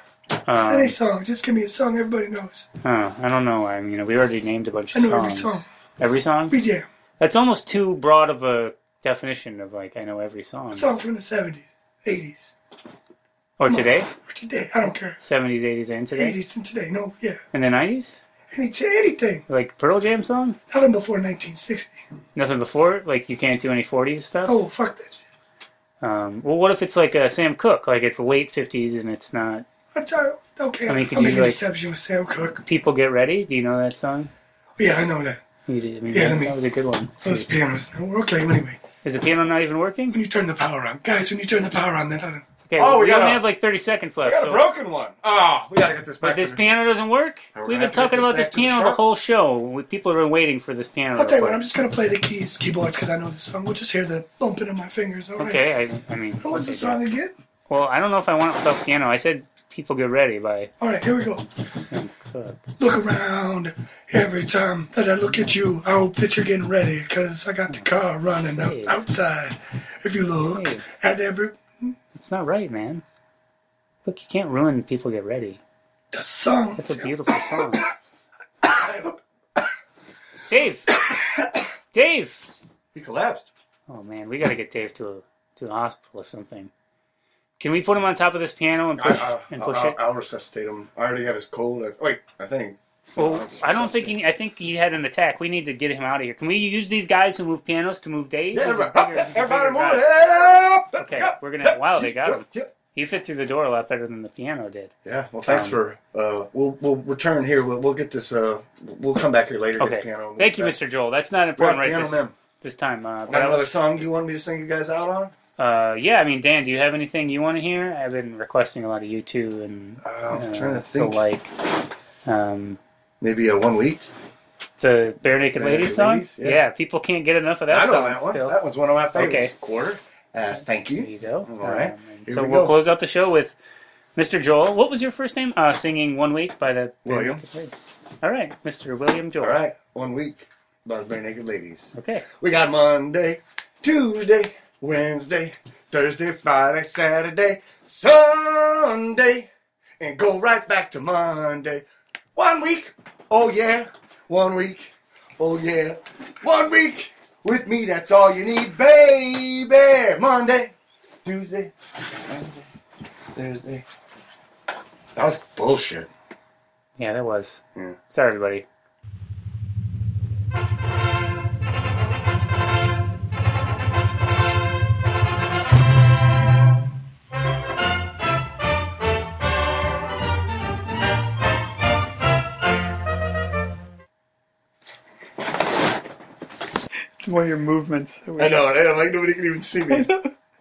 S1: Um,
S4: Any song, just give me a song everybody knows.
S1: huh, I don't know. I mean, you know, we already named a bunch
S4: I
S1: of
S4: know every
S1: songs.
S4: song.
S1: Every song?
S4: We jam.
S1: That's almost too broad of a definition of like I know every song.
S4: Songs from the 70s, 80s,
S1: or today,
S4: or today. I don't care.
S1: seventies, eighties, and today,
S4: 80s and today. No, yeah.
S1: and the nineties,
S4: Any, anything.
S1: like Pearl Jam song.
S4: Nothing before 1960.
S1: Nothing before, it? like you can't do any forties stuff.
S4: Oh, fuck that.
S1: Um, well, what if it's like uh, Sam Cooke? Like it's late fifties and it's not.
S4: I'm sorry. Okay.
S1: I mean, could
S4: I'll
S1: you,
S4: make an
S1: like-
S4: exception with Sam Cooke.
S1: People get ready. Do you know that song?
S4: Yeah, I know that.
S1: You did. I mean,
S4: Yeah,
S1: that,
S4: let me-
S1: that was a good one.
S4: Those pianos. We're okay, anyway.
S1: Is the piano not even working?
S4: When you turn the power on. Guys, when you turn the power on, uh, that doesn't.
S1: Okay.
S2: Oh,
S1: well,
S2: we
S1: we
S2: got
S1: only
S2: a-
S1: have like thirty seconds left.
S2: got a
S1: so-
S2: broken one. Oh, we gotta get this back.
S1: But this
S2: to the-
S1: piano doesn't work.
S2: And we're
S1: We've
S2: gonna
S1: been
S2: have to get
S1: talking
S2: this
S1: about
S2: back
S1: this
S2: to the
S1: piano the
S2: shop.
S1: whole show. We- People have been waiting for this piano.
S4: I'll
S1: to
S4: tell you what,
S1: play.
S4: I'm just going to play the keys, keyboards, because I know the song. We'll just hear the bumping of my fingers. All right.
S1: Okay, I, I mean.
S4: What was the
S1: okay,
S4: song again?
S1: Well, I don't know if I want it without piano. I said people get ready by
S4: All right, here we go.
S1: Sam Cooke.
S4: Look around every time that I look at you. I hope that you're getting ready, because I got the car running out,
S1: Hey.
S4: outside. If you look
S1: Hey.
S4: at every.
S1: It's not right, man. Look, you can't ruin people get ready.
S4: The song.
S1: That's a beautiful
S2: <coughs>
S1: song. Dave. Dave.
S2: He collapsed.
S1: Oh man, we got to get Dave to a to a hospital or something. Can we put him on top of this piano and
S2: I,
S1: push
S2: I,
S1: and
S2: I'll,
S1: push
S2: I'll,
S1: it?
S2: I'll resuscitate him. I already have his cold. I, wait, I think.
S1: Well, I don't think he. I think he had an attack. We need to get him out of here. Can we use these guys who move pianos to move Dave?
S2: Yeah,
S1: He's a
S2: everybody,
S1: bigger- he's a
S2: everybody
S1: bigger
S2: move
S1: guy.
S2: up. Let's
S1: Okay,
S2: go.
S1: we're gonna-
S2: Yep,
S1: wow, they got
S2: yep,
S1: him.
S2: yep.
S1: He fit through the door a lot better than the piano did.
S2: Yeah. Well, thanks
S1: Um,
S2: for. Uh, we'll we'll return here. We'll, we'll get this. Uh, we'll come back here later. Get
S1: Okay.
S2: the piano. and
S1: Thank you,
S2: we'll
S1: Mr. Joel. That's not
S2: We're at
S1: important right
S2: piano
S1: this,
S2: man.
S1: this time. Uh, but
S2: Got
S1: I-
S2: another song you want me to sing you guys out on?
S1: uh, yeah, I mean, Dan, do you have anything you want to hear? I've been requesting a lot of U2 and
S2: Uh,
S1: uh,
S2: I'm trying to
S1: the
S2: think.
S1: like. Um,
S2: Maybe uh, one week.
S1: the Bare Naked
S2: Bare
S1: Ladies
S2: Naked
S1: song?
S2: Ladies, yeah.
S1: yeah. people can't get enough of that
S2: I know
S1: song
S2: that one.
S1: still.
S2: That was one of my favorites.
S1: Okay.
S2: Quarter. Uh, thank
S1: There you
S2: you.
S1: go.
S2: All right.
S1: Um, and
S2: Here
S1: so
S2: we
S1: we'll
S2: go.
S1: close out the show with Mr. Joel. What was your first name? Uh, singing One Week by the Bare
S2: William.
S1: Naked Ladies. All right, Mr. William Joel.
S2: All right. One week. By the bare naked ladies.
S1: Okay.
S2: We got Monday, Tuesday, Wednesday, Thursday, Friday, Saturday, Sunday, and go right back to Monday. One week, oh yeah, one week, oh yeah, one week with me, that's all you need, baby. Monday, Tuesday, Wednesday, Thursday. That was bullshit.
S1: Yeah, that was.
S2: Yeah.
S1: Sorry, everybody.
S4: It's one of your movements.
S2: I know, I don't like nobody can even see me.